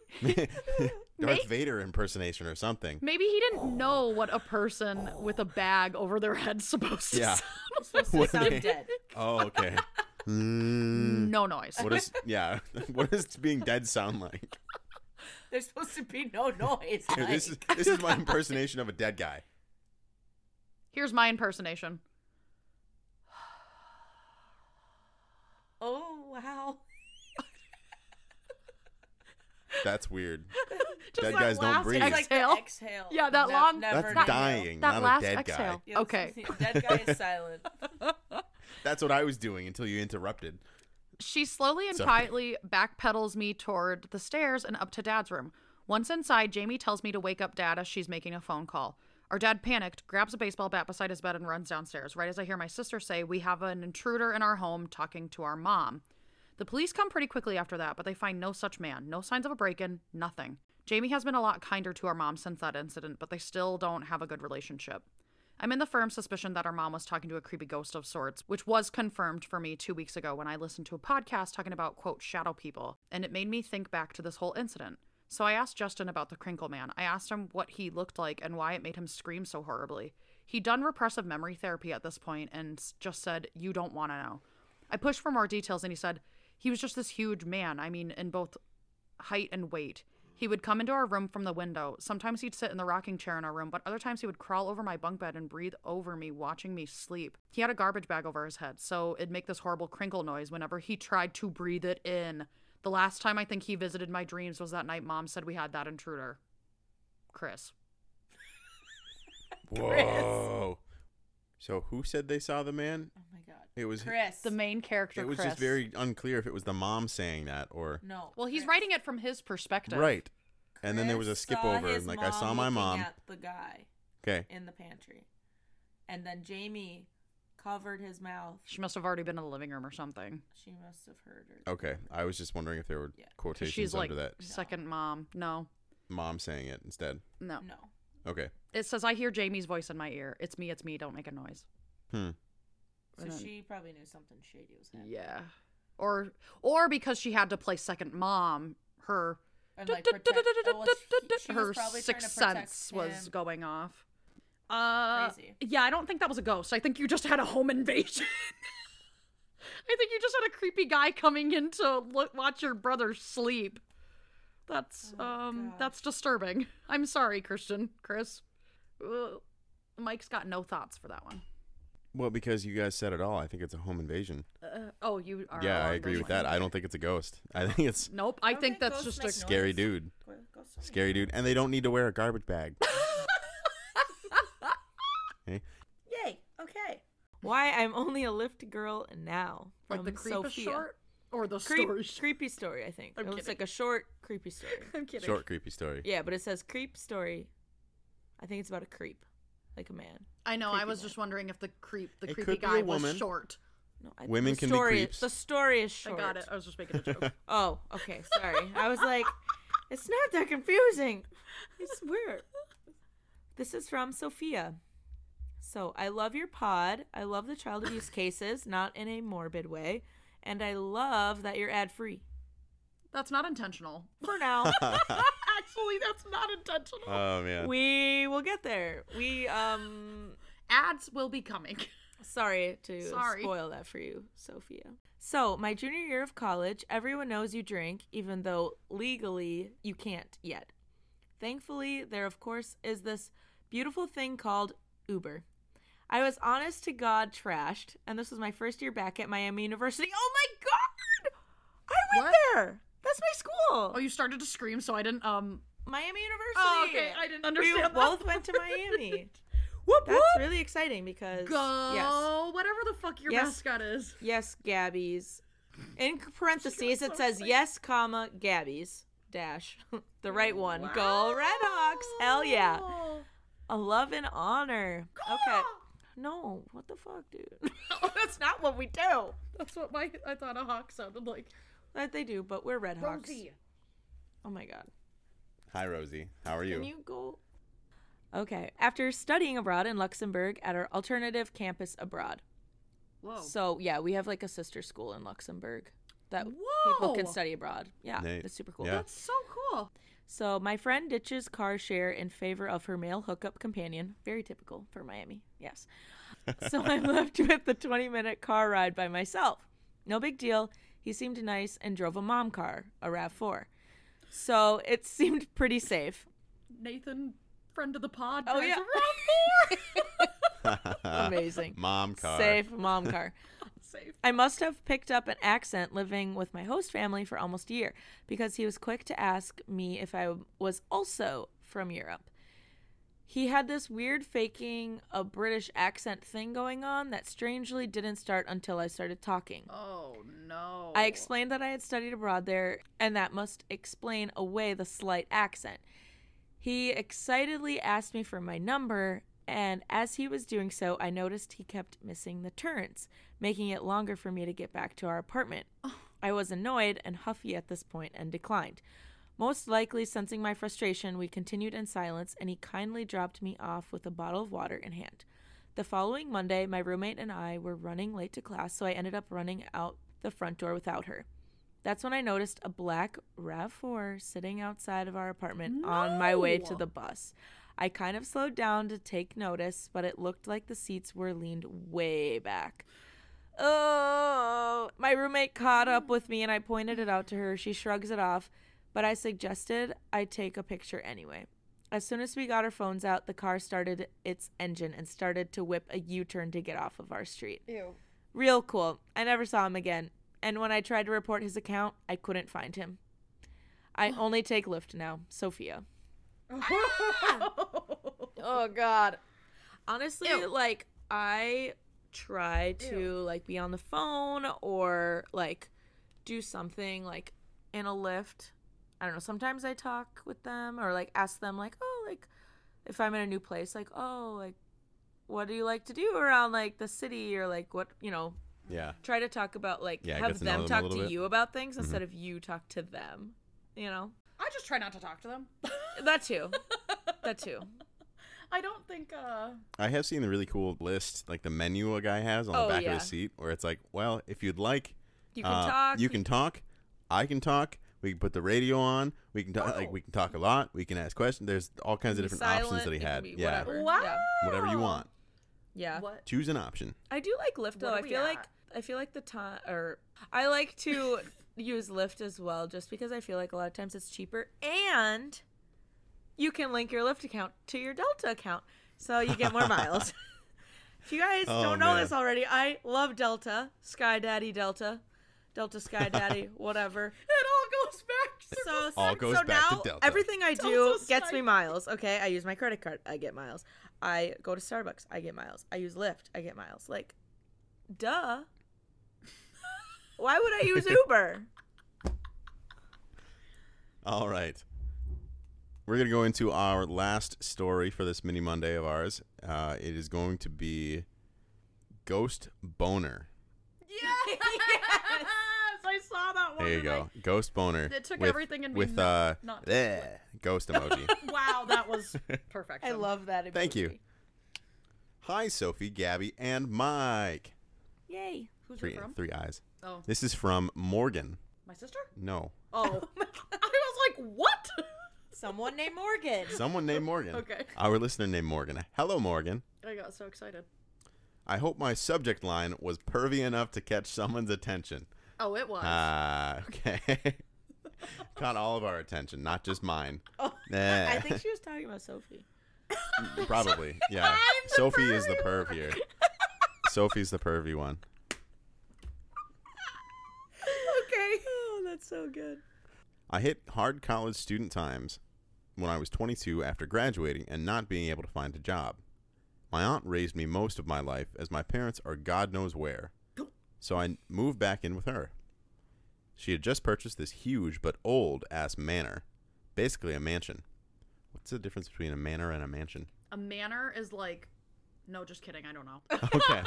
Speaker 2: Darth Vader impersonation or [LAUGHS] something.
Speaker 4: Maybe he didn't know what a person with a bag over their head's supposed to
Speaker 2: Yeah.
Speaker 4: sound.
Speaker 2: [LAUGHS]
Speaker 3: supposed to
Speaker 2: What
Speaker 3: sound
Speaker 2: they-
Speaker 3: dead.
Speaker 2: Oh, okay. Mm,
Speaker 4: No noise.
Speaker 2: what is yeah? [LAUGHS] What does being dead sound like? [LAUGHS]
Speaker 3: There's supposed to be no noise.
Speaker 2: Here, this is this is my impersonation of a dead guy.
Speaker 4: Here's my impersonation.
Speaker 3: Oh wow.
Speaker 2: That's weird.
Speaker 4: Just
Speaker 2: Dead
Speaker 4: that
Speaker 2: guys don't
Speaker 4: last
Speaker 2: breathe.
Speaker 3: It's like the
Speaker 4: Exhale.
Speaker 3: exhale.
Speaker 4: Yeah, that long-
Speaker 2: That's
Speaker 4: not-
Speaker 2: dying,
Speaker 4: that
Speaker 2: not
Speaker 4: last
Speaker 2: a dead guy.
Speaker 4: exhale.
Speaker 3: Yeah,
Speaker 4: Okay.
Speaker 3: [LAUGHS] Dead guy is silent. Oh
Speaker 2: That's what I was doing until you interrupted.
Speaker 4: She slowly and
Speaker 2: Sorry.
Speaker 4: quietly backpedals me toward the stairs and up to dad's room. Once inside, Jamie tells me to wake up dad as she's making a phone call. Our dad panicked, grabs a baseball bat beside his bed, and runs downstairs, right as I hear my sister say, We have an intruder in our home talking to our mom. The police come pretty quickly after that, but they find no such man, no signs of a break in, nothing. Jamie has been a lot kinder to our mom since that incident, but they still don't have a good relationship. I'm in the firm suspicion that our mom was talking to a creepy ghost of sorts, which was confirmed for me two weeks ago when I listened to a podcast talking about, quote, shadow people, and it made me think back to this whole incident. So I asked Justin about the Crinkle Man. I asked him what he looked like and why it made him scream so horribly. He'd done repressive memory therapy at this point and s- just said, You don't want to know. I pushed for more details and he said, He was just this huge man. I mean, in both height and weight. He would come into our room from the window. Sometimes he'd sit in the rocking chair in our room, but other times he would crawl over my bunk bed and breathe over me, watching me sleep. He had a garbage bag over his head, so it'd make this horrible crinkle noise whenever he tried to breathe it in. The last time I think he visited my dreams was that night mom said we had that intruder. Chris.
Speaker 2: Whoa. So who said they saw the man?
Speaker 3: Oh my god.
Speaker 2: It was
Speaker 3: Chris.
Speaker 4: [LAUGHS] The main character
Speaker 2: it was
Speaker 4: Chris.
Speaker 2: just very unclear if it was the mom saying that or
Speaker 3: no.
Speaker 4: Well, he's
Speaker 3: Chris-
Speaker 4: writing it from his perspective.
Speaker 2: right. And then there was a
Speaker 3: Chris
Speaker 2: skip
Speaker 3: saw
Speaker 2: over and
Speaker 3: his
Speaker 2: like I saw my
Speaker 3: looking
Speaker 2: mom.
Speaker 3: At the guy
Speaker 2: Okay.
Speaker 3: in the pantry, and then Jamie covered his mouth.
Speaker 4: She must have already been in the living room or something.
Speaker 3: She must have heard her.
Speaker 2: Okay. I was just wondering if there were
Speaker 3: Yeah. 'Cause
Speaker 2: quotations
Speaker 4: She's like
Speaker 2: under that
Speaker 4: second mom. No.
Speaker 2: mom saying it instead.
Speaker 4: No.
Speaker 3: No.
Speaker 2: Okay.
Speaker 4: It says, I hear Jamie's voice in my ear. It's me, it's me, don't make a noise.
Speaker 2: Hmm.
Speaker 3: So
Speaker 4: And then-
Speaker 3: she probably knew something shady was happening.
Speaker 4: Yeah. Or or because she had to play second mom, her
Speaker 3: And like protect. Oh, well, she, she
Speaker 4: her
Speaker 3: was probably trying to
Speaker 4: sixth
Speaker 3: protect
Speaker 4: sense was
Speaker 3: him.
Speaker 4: going off. Uh
Speaker 3: Crazy.
Speaker 4: yeah, I don't think that was a ghost. I think you just had a home invasion. [LAUGHS] I think you just had a creepy guy coming in to look, watch your brother sleep. That's
Speaker 3: Oh,
Speaker 4: um
Speaker 3: gosh.
Speaker 4: that's disturbing. I'm sorry, Christian, Chris. Ugh. Mike's got no thoughts for that one.
Speaker 2: Well, because you guys said it all, I think it's a home invasion.
Speaker 4: Uh, oh, you are.
Speaker 2: yeah, I
Speaker 4: along
Speaker 2: agree
Speaker 4: those
Speaker 2: with that.
Speaker 4: lines.
Speaker 2: I don't think it's a ghost. I think it's
Speaker 4: Nope, I
Speaker 3: don't
Speaker 4: think
Speaker 3: think
Speaker 4: that's
Speaker 3: ghosts
Speaker 4: just
Speaker 3: make
Speaker 4: a.
Speaker 3: noises.
Speaker 2: scary dude.
Speaker 3: Go- go somewhere.
Speaker 2: Scary dude. And they don't need to wear a garbage bag. Okay.
Speaker 3: Yay. Okay. Why I'm only a lift girl now.
Speaker 4: Like the
Speaker 3: from
Speaker 4: creep is
Speaker 3: Sophia.
Speaker 4: short or the
Speaker 3: Creep, [LAUGHS]
Speaker 4: story.
Speaker 3: creepy story, I think.
Speaker 4: I'm
Speaker 3: it looks
Speaker 4: kidding.
Speaker 3: like a short creepy story.
Speaker 4: I'm kidding.
Speaker 2: Short creepy story.
Speaker 3: yeah, but it says creep story. I think it's about a creep, like a man.
Speaker 4: I know. I
Speaker 3: creepy
Speaker 4: was
Speaker 3: one.
Speaker 4: just wondering if the creep, the
Speaker 2: It
Speaker 4: creepy
Speaker 2: could be a
Speaker 4: guy, was
Speaker 2: woman.
Speaker 4: short.
Speaker 3: No, I,
Speaker 2: Women
Speaker 3: the
Speaker 2: can be
Speaker 3: story,
Speaker 2: creeps.
Speaker 3: The story is short.
Speaker 4: I got it. I was just making
Speaker 3: [LAUGHS]
Speaker 4: a joke.
Speaker 3: Oh, okay. Sorry. I was like, [LAUGHS] it's not that confusing. It's weird. This is from Sophia. So, I love your pod. I love the child abuse cases, not in a morbid way. And I love that you're ad free.
Speaker 4: That's not intentional.
Speaker 3: [LAUGHS]
Speaker 2: [LAUGHS]
Speaker 3: For now,
Speaker 4: Actually, that's not
Speaker 3: Uh.
Speaker 4: intentional.
Speaker 2: Oh man.
Speaker 3: we will get there. We um
Speaker 4: Ads will be coming. [LAUGHS]
Speaker 3: Sorry to
Speaker 4: Sorry.
Speaker 3: spoil that for you, Sophia. So, my junior year of college, everyone knows you drink, even though legally you can't yet. Thankfully, there, of course, is this beautiful thing called Uber. I was honest to God trashed, and this was my first year back at Miami University. Oh my God! I went
Speaker 4: What?
Speaker 3: there! That's my school!
Speaker 4: Oh, you started to scream, so I didn't. Um.
Speaker 3: Miami University!
Speaker 4: Oh, I didn't
Speaker 3: we
Speaker 4: understand.
Speaker 3: both went to
Speaker 4: [LAUGHS]
Speaker 3: Miami.
Speaker 4: Whoop
Speaker 3: That's
Speaker 4: whoop.
Speaker 3: really exciting because.
Speaker 4: Go.
Speaker 3: Yes.
Speaker 4: Whatever the fuck your
Speaker 3: Yes.
Speaker 4: mascot is.
Speaker 3: Yes, Gabby's. In parentheses,
Speaker 4: so
Speaker 3: it says
Speaker 4: excited.
Speaker 3: yes, comma Gabby's dash [LAUGHS] the right one. Go Red Hawks! Hell yeah!
Speaker 4: Wow.
Speaker 3: A love and honor.
Speaker 4: [LAUGHS]
Speaker 3: Okay. No, what the fuck, dude? [LAUGHS] That's not what we do.
Speaker 4: Oh, That's what my I thought a hawk sounded like.
Speaker 3: That Uh, they do, but we're Red Hawks. Oh my god.
Speaker 2: Hi Rosie. How are you?
Speaker 3: Can you go? Okay. After studying abroad in Luxembourg at our alternative campus abroad.
Speaker 4: Whoa.
Speaker 3: So yeah, we have like a sister school in Luxembourg that people can
Speaker 4: Whoa.
Speaker 3: study abroad. Yeah,
Speaker 2: Neat.
Speaker 3: it's super cool.
Speaker 2: Yeah.
Speaker 4: That's so cool.
Speaker 3: So my friend ditches car share in favor of her male hookup companion. Very typical for Miami,
Speaker 2: [LAUGHS]
Speaker 3: yes. so I'm left with the 20 minute car ride by myself. No big deal. He seemed nice and drove a mom car, a RAV4. So it [LAUGHS] seemed pretty safe.
Speaker 4: Nathan, friend of the pod.
Speaker 3: Oh,
Speaker 4: drives
Speaker 3: yeah.
Speaker 2: [LAUGHS]
Speaker 3: [LAUGHS] Amazing.
Speaker 2: Ah, Mom car.
Speaker 3: Safe mom car.
Speaker 4: around safe.
Speaker 3: I must have picked up an accent living with my host family for almost a year because he was quick to ask me if I was also from Europe. He had this weird faking a British accent thing going on that strangely didn't start until I started talking.
Speaker 4: Oh no.
Speaker 3: I explained that I had studied abroad there and that must explain away the slight accent. He excitedly asked me for my number, and as he was doing so, I noticed he kept missing the turns, making it longer for me to get back to our apartment. I was annoyed and huffy at this point and declined. Most likely sensing my frustration, we continued in silence, and he kindly dropped me off with a bottle of water in hand. The following Monday, my roommate and I were running late to class, so I ended up running out the front door without her. That's when I noticed a black RAV4 sitting outside of our apartment on my way to
Speaker 4: No.
Speaker 3: the bus. I kind of slowed down to take notice, but it looked like the seats were leaned way back. Oh, my roommate caught up with me and I pointed it out to her. She shrugs it off, but I suggested I take a picture anyway. As soon as we got our phones out, the car started its engine and started to whip a U turn to get off of our street.
Speaker 4: Ew.
Speaker 3: Real cool. I never saw him again. And when I tried to report his account, I couldn't find him.
Speaker 4: [SIGHS]
Speaker 3: I only take Lyft now.
Speaker 4: [LAUGHS]
Speaker 3: Sophia. Oh God. Honestly,
Speaker 4: Ew.
Speaker 3: like I try to
Speaker 4: Ew.
Speaker 3: like be on the phone or like do something like in a lift. I don't know. Sometimes I talk with them or like ask them like, oh, like if I'm in a new place, like, oh, like what do you like to do around like the city or like what you know?
Speaker 2: Yeah.
Speaker 3: Try to talk about like
Speaker 2: Yeah, get
Speaker 3: have
Speaker 2: to know
Speaker 3: them
Speaker 2: them a
Speaker 3: talk
Speaker 2: little
Speaker 3: to
Speaker 2: bit. Mm-hmm.
Speaker 3: you about things instead of you talk to them. You know
Speaker 4: I just try not to talk to them. [LAUGHS]
Speaker 3: that
Speaker 2: [LAUGHS]
Speaker 3: too. that too.
Speaker 4: I don't think uh
Speaker 2: I have seen the really cool list, like the menu a guy has on
Speaker 3: Oh,
Speaker 2: the back
Speaker 3: yeah.
Speaker 2: of his seat, where it's like, well, if you'd like,
Speaker 3: You can
Speaker 2: uh,
Speaker 3: talk.
Speaker 2: You can talk. I can talk. We can put the radio on. We can talk. Like we can talk a lot. We can ask questions. There's all kinds of
Speaker 3: Oh. be
Speaker 2: different options
Speaker 3: silent,
Speaker 2: that he
Speaker 3: it can
Speaker 2: had.
Speaker 3: be
Speaker 2: Yeah,
Speaker 3: whatever.
Speaker 4: Wow.
Speaker 2: whatever you want.
Speaker 3: Yeah.
Speaker 4: What?
Speaker 2: Choose an option.
Speaker 3: I do like Lyft though.
Speaker 4: What are
Speaker 3: I
Speaker 4: we
Speaker 3: feel like
Speaker 4: at?
Speaker 3: I feel like the time or I like
Speaker 4: [LAUGHS]
Speaker 3: to use Lyft as well just because I feel like a lot of times it's cheaper and you can link your Lyft account to your Delta account so you get more
Speaker 4: [LAUGHS]
Speaker 3: miles. [LAUGHS] if you guys
Speaker 2: Oh,
Speaker 3: don't know
Speaker 2: man.
Speaker 3: this already, I love Delta, Sky Daddy Delta, Delta Sky
Speaker 2: [LAUGHS]
Speaker 3: Daddy, whatever.
Speaker 4: It all goes back to
Speaker 3: So,
Speaker 2: All
Speaker 3: so-
Speaker 2: goes
Speaker 3: so
Speaker 2: back to
Speaker 3: now
Speaker 2: Delta.
Speaker 3: everything I do
Speaker 4: Delta's
Speaker 3: gets
Speaker 4: like-
Speaker 3: me miles. Okay, I use my credit card, I get miles. I go to Starbucks, I get miles. I use Lyft, I get miles. Like, [LAUGHS] duh. Why would I use
Speaker 2: [LAUGHS]
Speaker 3: [LAUGHS] Uber?
Speaker 2: All right. We're going to go into our last story for this mini Monday of ours. Uh, it is going to be Ghost Boner.
Speaker 4: [LAUGHS] Yes! I saw that one.
Speaker 2: There you
Speaker 4: and
Speaker 2: go. Ghost Boner.
Speaker 4: That took
Speaker 2: with-
Speaker 4: everything and we
Speaker 2: With
Speaker 4: no-
Speaker 2: uh,
Speaker 4: not-
Speaker 2: bleh,
Speaker 4: [LAUGHS]
Speaker 2: ghost emoji.
Speaker 4: I- wow, that
Speaker 2: [LAUGHS]
Speaker 4: was perfect.
Speaker 3: I love that.
Speaker 2: Thank you.
Speaker 3: emoji.
Speaker 2: Hi, Sophie, Gabby, and Mike.
Speaker 3: Yay.
Speaker 4: Who's
Speaker 3: [LAUGHS]
Speaker 4: it
Speaker 2: Three,
Speaker 4: from?
Speaker 2: three eyes.
Speaker 4: Oh.
Speaker 2: This is from Morgan.
Speaker 4: My sister?
Speaker 2: No.
Speaker 3: [LAUGHS]
Speaker 4: Oh. [LAUGHS] I was like, what? [LAUGHS]
Speaker 5: Someone named Morgan.
Speaker 2: Someone named Morgan.
Speaker 4: Okay.
Speaker 2: Our listener named Morgan. Hello, Morgan.
Speaker 4: I got so excited.
Speaker 2: I hope my subject line was pervy enough to catch someone's
Speaker 4: [LAUGHS]
Speaker 2: attention.
Speaker 4: Oh, it was.
Speaker 2: Ah, okay. [LAUGHS] Caught all of our attention, not just mine.
Speaker 4: [LAUGHS]
Speaker 5: Oh,
Speaker 2: Eh,
Speaker 3: I think she was talking about Sophie.
Speaker 2: probably. Yeah. Sophie is the perv
Speaker 3: [LAUGHS]
Speaker 2: here. Sophie's the pervy one.
Speaker 3: [LAUGHS] Okay. Oh, that's so good.
Speaker 2: I hit hard college student times when I was 22 after graduating and not being able to find a job. My aunt raised me most of my life as my parents are God knows where. So I moved back in with her. She had just purchased this huge but old ass manor, basically a mansion. What's the difference between a manor and a
Speaker 3: [LAUGHS]
Speaker 2: mansion?
Speaker 4: A manor is like, no, just kidding. I don't know.
Speaker 2: Okay.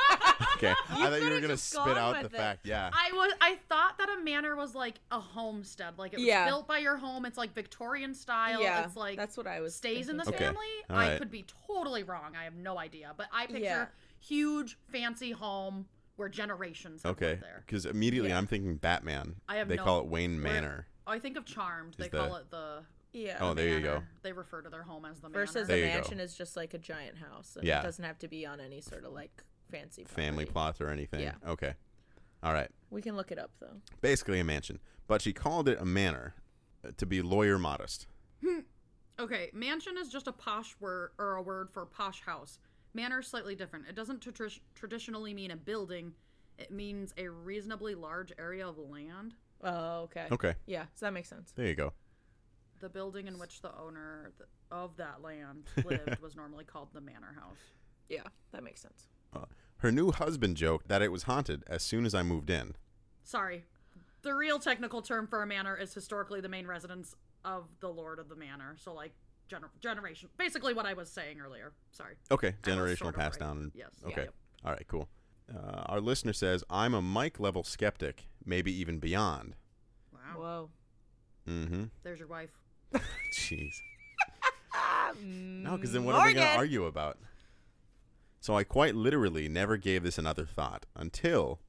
Speaker 2: Okay. I thought you were
Speaker 3: could've
Speaker 2: going to
Speaker 3: just
Speaker 2: spit
Speaker 3: gone
Speaker 2: out the
Speaker 3: with it.
Speaker 2: fact. Yeah.
Speaker 4: I was. I thought that a manor was like a homestead, like it was
Speaker 3: Yeah.
Speaker 4: built by your home. It's like Victorian style.
Speaker 3: yeah,
Speaker 4: it's like
Speaker 3: that's what I was.
Speaker 4: stays in the
Speaker 3: thinking.
Speaker 2: Okay.
Speaker 4: family.
Speaker 2: All
Speaker 4: I
Speaker 2: right.
Speaker 4: could be totally wrong. I have no idea. But I picture
Speaker 3: Yeah.
Speaker 4: huge fancy home where generations have
Speaker 2: Okay.
Speaker 4: lived there.
Speaker 2: Because immediately I'm thinking Batman.
Speaker 4: I have
Speaker 2: they
Speaker 4: no-
Speaker 2: call it Wayne
Speaker 4: Where-
Speaker 2: Manor.
Speaker 4: I think of Charmed. They
Speaker 2: the-
Speaker 4: call it the
Speaker 3: Yeah.
Speaker 2: Oh, there you
Speaker 4: manor.
Speaker 2: go.
Speaker 4: They refer to their home as the manor.
Speaker 3: Versus
Speaker 2: There
Speaker 3: a
Speaker 2: you go.
Speaker 3: mansion is just like a giant house. And
Speaker 2: Yeah.
Speaker 3: It doesn't have to be on any sort of like fancy
Speaker 2: Family
Speaker 3: property.
Speaker 2: plots or anything.
Speaker 3: Yeah.
Speaker 2: Okay. All right.
Speaker 3: We can look it up though.
Speaker 2: Basically a mansion. But she called it a manor uh, to be lawyer modest.
Speaker 4: Okay, mansion is just a posh word or a word for posh house. Manor is slightly different. It doesn't tr- traditionally mean a building. It means a reasonably large area of land.
Speaker 3: Oh, okay.
Speaker 2: Okay.
Speaker 3: Yeah. So that makes sense.
Speaker 2: There you go.
Speaker 4: The building in which the owner th- of that land
Speaker 2: [LAUGHS]
Speaker 4: lived was normally called the manor house.
Speaker 3: Yeah, that makes sense.
Speaker 2: Uh, her new husband joked that it was haunted as soon as I moved in.
Speaker 4: Sorry. The real technical term for a manor is historically the main residence of the lord of the manor. So like gener- generation, basically what I was saying earlier. Sorry.
Speaker 2: Okay.
Speaker 4: I was
Speaker 2: Generational
Speaker 4: sort of
Speaker 2: pass
Speaker 4: right.
Speaker 2: down. and-
Speaker 4: Yes.
Speaker 2: Okay.
Speaker 4: Yep.
Speaker 2: All right. Cool. Uh, our listener says, I'm a Mike level skeptic, maybe even beyond.
Speaker 4: Wow.
Speaker 3: Whoa.
Speaker 2: Mm hmm.
Speaker 4: There's your wife.
Speaker 2: Jeez.
Speaker 3: [LAUGHS]
Speaker 2: no, because then what are we going to
Speaker 3: Morgan.
Speaker 2: argue about? So I quite literally never gave this another thought until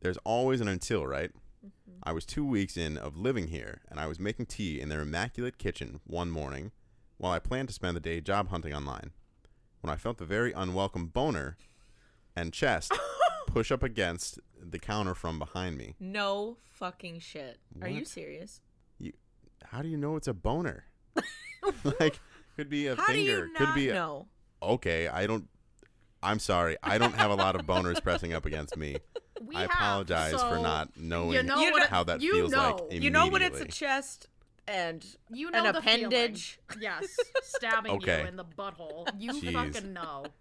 Speaker 2: there's always an until, right?
Speaker 3: Mm-hmm.
Speaker 2: I was two weeks in of living here, and I was making tea in their immaculate kitchen one morning while I planned to spend the day job hunting online. When I felt the very unwelcome boner and
Speaker 3: [LAUGHS]
Speaker 2: chest push up against the counter from behind me.
Speaker 3: No fucking shit. Are you
Speaker 2: What?
Speaker 3: serious?
Speaker 2: You, how do you know it's a boner?
Speaker 3: [LAUGHS]
Speaker 2: [LAUGHS] like, could be a
Speaker 3: How
Speaker 2: finger,
Speaker 3: do you
Speaker 2: could
Speaker 3: not
Speaker 2: be a,
Speaker 3: know?
Speaker 2: okay, I don't. I'm sorry. I don't have a lot of
Speaker 4: [LAUGHS]
Speaker 2: boners pressing up against me.
Speaker 4: We
Speaker 2: I
Speaker 4: have,
Speaker 2: apologize for
Speaker 4: so-
Speaker 2: not knowing
Speaker 4: You know
Speaker 3: You
Speaker 4: what?
Speaker 2: how that
Speaker 4: you
Speaker 2: feels
Speaker 4: know.
Speaker 2: like.
Speaker 3: You know when it's a
Speaker 2: immediately.
Speaker 3: chest and
Speaker 4: you
Speaker 3: an
Speaker 4: know the
Speaker 3: [LAUGHS]
Speaker 4: feeling.
Speaker 3: appendage.
Speaker 4: Yes, stabbing
Speaker 2: Okay.
Speaker 4: you in the butthole. You
Speaker 2: Jeez.
Speaker 4: fucking know. [LAUGHS]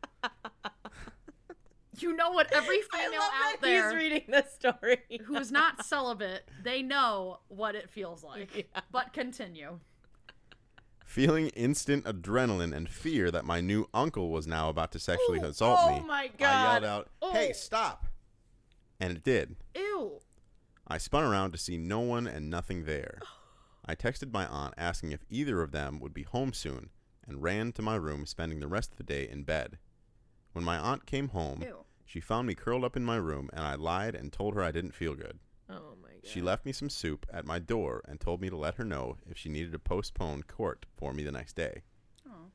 Speaker 4: You know what every female out there
Speaker 3: He's reading the [LAUGHS] story.
Speaker 4: who is not celibate, they know what it feels [LAUGHS] like.
Speaker 3: Yeah.
Speaker 4: But continue.
Speaker 2: feeling instant adrenaline and fear that my new uncle was now about to sexually
Speaker 4: Ooh,
Speaker 2: assault
Speaker 4: oh
Speaker 2: me.
Speaker 4: my
Speaker 2: I
Speaker 4: God.
Speaker 2: yelled out, "Hey,
Speaker 4: Oh.
Speaker 2: stop!" And it did.
Speaker 4: Ew.
Speaker 2: I spun around to see no one and nothing
Speaker 4: [SIGHS]
Speaker 2: there. I texted my aunt asking if either of them would be home soon and ran to my room, spending the rest of the day in bed. When my aunt came home,
Speaker 4: Ew.
Speaker 2: she found me curled up in my room and I lied and told her I didn't feel good.
Speaker 3: Oh my god.
Speaker 2: She left me some soup at my door and told me to let her know if she needed to postpone court for me the next day.
Speaker 4: Oh.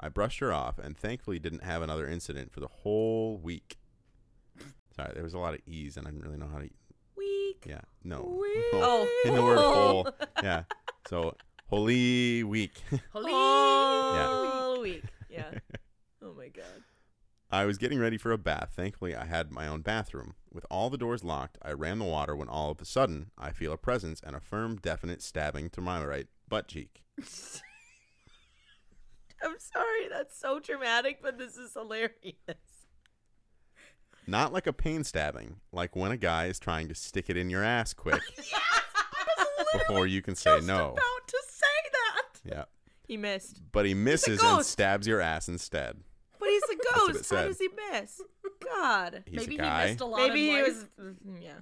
Speaker 2: I brushed her off and thankfully didn't have another incident for the whole week. Sorry, there was a lot of E's and I didn't really know how to
Speaker 3: Weak.
Speaker 2: yeah. No.
Speaker 3: Wee-
Speaker 2: Oh, [LAUGHS]
Speaker 3: Oh.
Speaker 2: in the word
Speaker 3: [LAUGHS]
Speaker 2: whole. Yeah. So holy week.
Speaker 4: Holy.
Speaker 3: Whole week. Yeah.
Speaker 2: [LAUGHS]
Speaker 3: Oh my god.
Speaker 2: I was getting ready for a bath. Thankfully, I had my own bathroom. With all the doors locked, I ran the water when all of a sudden I feel a presence and a firm, definite stabbing to my right butt cheek.
Speaker 3: I'm sorry. That's so dramatic, but this is hilarious.
Speaker 2: Not like a pain stabbing, like when a guy is trying to stick it in your ass quick [LAUGHS] before you can say no.
Speaker 4: About to say that.
Speaker 2: Yeah.
Speaker 3: He missed.
Speaker 2: But he misses and
Speaker 3: ghost.
Speaker 2: stabs your ass instead.
Speaker 3: But
Speaker 2: [LAUGHS]
Speaker 3: he's a
Speaker 2: what it
Speaker 3: ghost. How
Speaker 2: said.
Speaker 3: does he miss? God.
Speaker 2: He's
Speaker 4: Maybe
Speaker 2: a guy.
Speaker 4: he missed a lot.
Speaker 3: Maybe
Speaker 4: in
Speaker 3: he
Speaker 4: life.
Speaker 3: was. mm, Yeah,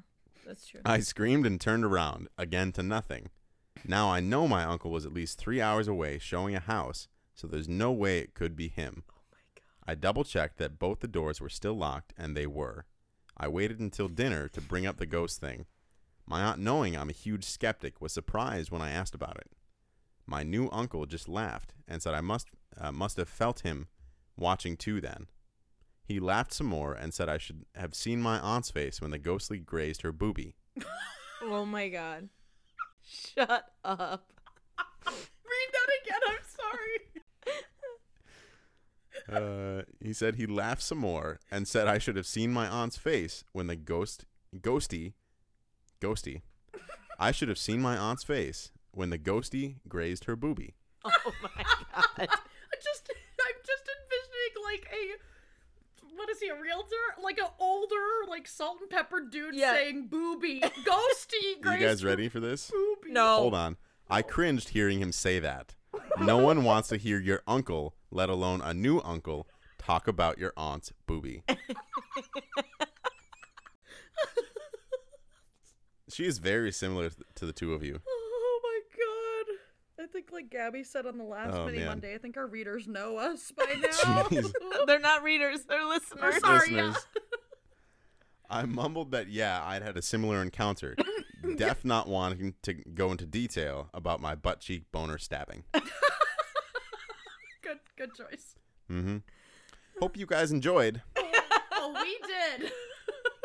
Speaker 3: that's true.
Speaker 2: I screamed and turned around, again to nothing. Now I know my uncle was at least three hours away showing a house, so there's no way it could be him.
Speaker 3: oh my god.
Speaker 2: I double checked that both the doors were still locked, and they were. I waited until dinner to bring up the ghost thing. My aunt, knowing I'm a huge skeptic, was surprised when I asked about it. My new uncle just laughed and said I must uh, must have felt him watching too then. He laughed some more and said I should have seen my aunt's face when the ghostly grazed her boobie.
Speaker 3: Oh my god. Shut up.
Speaker 4: [LAUGHS] Read that again. I'm sorry.
Speaker 2: Uh, he said he laughed some more and said I should have seen my aunt's face when the ghost ghosty ghosty I should have seen my aunt's face when the ghosty grazed her boobie.
Speaker 3: Oh my god.
Speaker 4: I [LAUGHS] just, I'm just envisioning like a, what is he, a realtor? Like an older, like salt and pepper dude
Speaker 3: Yeah.
Speaker 4: saying booby, ghosty.
Speaker 2: You guys
Speaker 4: Grace,
Speaker 2: ready for this?
Speaker 3: [LAUGHS]
Speaker 4: Booby.
Speaker 3: No.
Speaker 2: Hold on. I cringed hearing him say that. No one wants to hear your uncle, let alone a new uncle, talk about your aunt's boobie. she is very similar to the two of you.
Speaker 4: [LAUGHS] Oh my god. I think like Gabby said on the last
Speaker 2: Oh,
Speaker 4: mini
Speaker 2: man.
Speaker 4: Monday, I think our readers know us by now. [LAUGHS]
Speaker 2: Jeez.
Speaker 3: They're not readers, they're listeners.
Speaker 4: Sorry, yeah.
Speaker 2: Listeners, I mumbled that, yeah, I'd had a similar
Speaker 3: [LAUGHS]
Speaker 2: encounter. Deaf not wanting to go into detail about my butt cheek boner stabbing.
Speaker 4: [LAUGHS] good good choice.
Speaker 2: hmm Hope you guys enjoyed.
Speaker 4: Oh, we did.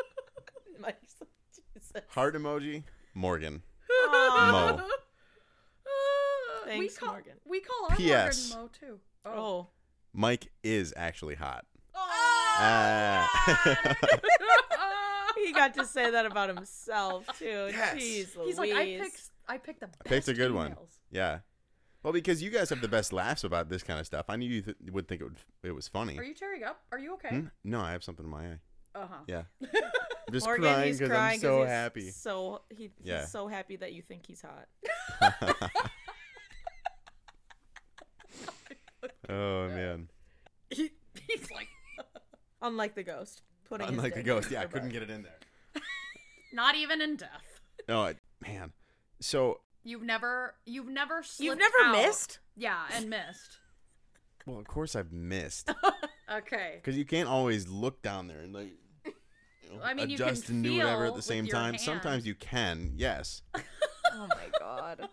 Speaker 4: [LAUGHS]
Speaker 5: Mike's like, Jesus.
Speaker 2: Heart emoji, Morgan.
Speaker 3: [LAUGHS] Aw.
Speaker 2: Mo.
Speaker 4: Uh, Ah, we
Speaker 5: Thanks,
Speaker 4: call,
Speaker 5: Morgan.
Speaker 4: We call our
Speaker 2: P.S..
Speaker 4: Morgan Mo too.
Speaker 3: Oh.
Speaker 2: Mike is actually hot.
Speaker 4: Oh.
Speaker 2: Ah. [LAUGHS]
Speaker 3: He got to say that about himself too.
Speaker 2: Yes.
Speaker 3: Jeez Louise.
Speaker 4: He's like, I picked I picked the best
Speaker 2: picked a good one.
Speaker 4: emails."
Speaker 2: yeah. Well, because you guys have the best laughs about this kind of stuff, I knew you th- would think it, would, it was funny.
Speaker 4: Are you tearing up? Are you okay?
Speaker 2: Hmm? No, I have something in my eye.
Speaker 4: Uh-huh.
Speaker 3: [LAUGHS]
Speaker 2: Yeah. I'm just
Speaker 3: Morgan,
Speaker 2: crying
Speaker 3: he's
Speaker 2: because
Speaker 3: crying
Speaker 2: I'm so
Speaker 3: he's
Speaker 2: happy.
Speaker 3: So he, he's
Speaker 2: Yeah.
Speaker 3: so happy that you think he's hot. uh,
Speaker 2: oh man!
Speaker 4: He, he's like
Speaker 3: Unlike the ghost. Putting his
Speaker 2: Unlike the
Speaker 3: dick
Speaker 2: ghost,
Speaker 3: in
Speaker 2: yeah, I
Speaker 3: her
Speaker 2: couldn't
Speaker 3: butt.
Speaker 2: get it in there.
Speaker 4: not even in death.
Speaker 2: No, I, Oh, man. So,
Speaker 4: You've never you've never
Speaker 3: You've
Speaker 4: slipped
Speaker 3: never
Speaker 4: out.
Speaker 3: missed?
Speaker 4: Yeah, and missed.
Speaker 2: well, of course I've
Speaker 4: [LAUGHS]
Speaker 2: missed
Speaker 4: Okay.
Speaker 2: because you can't always look down there and like. you know,
Speaker 4: I mean, you can
Speaker 2: adjust and do whatever
Speaker 4: feel
Speaker 2: at the
Speaker 4: with
Speaker 2: same
Speaker 4: your
Speaker 2: time.
Speaker 4: hand.
Speaker 2: Sometimes you can,
Speaker 4: [LAUGHS]
Speaker 2: yes,
Speaker 3: [LAUGHS] Oh my god.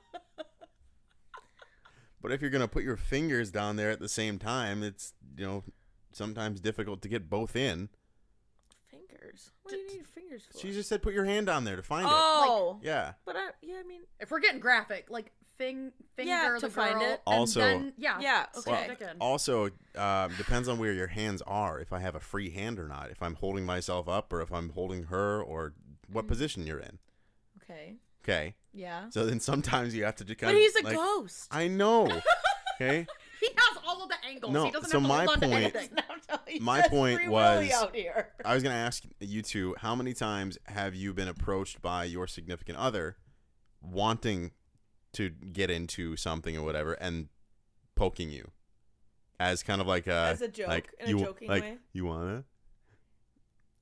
Speaker 2: but if you're gonna put your fingers down there at the same time, it's you know sometimes difficult to get both in.
Speaker 3: Fingers. What do you need fingers for?
Speaker 2: She just said put your hand down there to find
Speaker 3: Oh.
Speaker 2: it. Yeah.
Speaker 3: But I, yeah, I mean,
Speaker 4: If we're getting graphic, like fing finger
Speaker 3: Yeah,
Speaker 4: the
Speaker 3: to find
Speaker 4: girl,
Speaker 3: it.
Speaker 4: and
Speaker 2: Also-
Speaker 4: then- yeah,
Speaker 3: Yeah,
Speaker 4: stick
Speaker 3: okay.
Speaker 4: it in.
Speaker 2: Also, um, depends on where your hands are. If I have a free hand or not. If I'm holding myself up or if I'm holding her or
Speaker 4: Mm.
Speaker 2: what position you're in.
Speaker 3: okay.
Speaker 2: Okay.
Speaker 3: Yeah.
Speaker 2: So then sometimes you have to just kind
Speaker 3: But
Speaker 2: of.
Speaker 3: he's a
Speaker 2: like-
Speaker 3: ghost.
Speaker 2: I
Speaker 4: [LAUGHS]
Speaker 2: know. Okay.
Speaker 4: He has all of the angles.
Speaker 2: No,
Speaker 4: he doesn't
Speaker 2: so
Speaker 4: have to
Speaker 2: my
Speaker 4: hold on
Speaker 2: point-
Speaker 4: to anything. [LAUGHS]
Speaker 2: My point
Speaker 5: free
Speaker 2: was-
Speaker 5: Willy out here.
Speaker 2: I was gonna ask you two how many times have you been approached by your significant other wanting to get into something or whatever and poking you as kind of like a
Speaker 5: As a joke,
Speaker 2: uh, like,
Speaker 5: in a
Speaker 2: you,
Speaker 5: joking
Speaker 2: like,
Speaker 5: way?
Speaker 2: You wanna?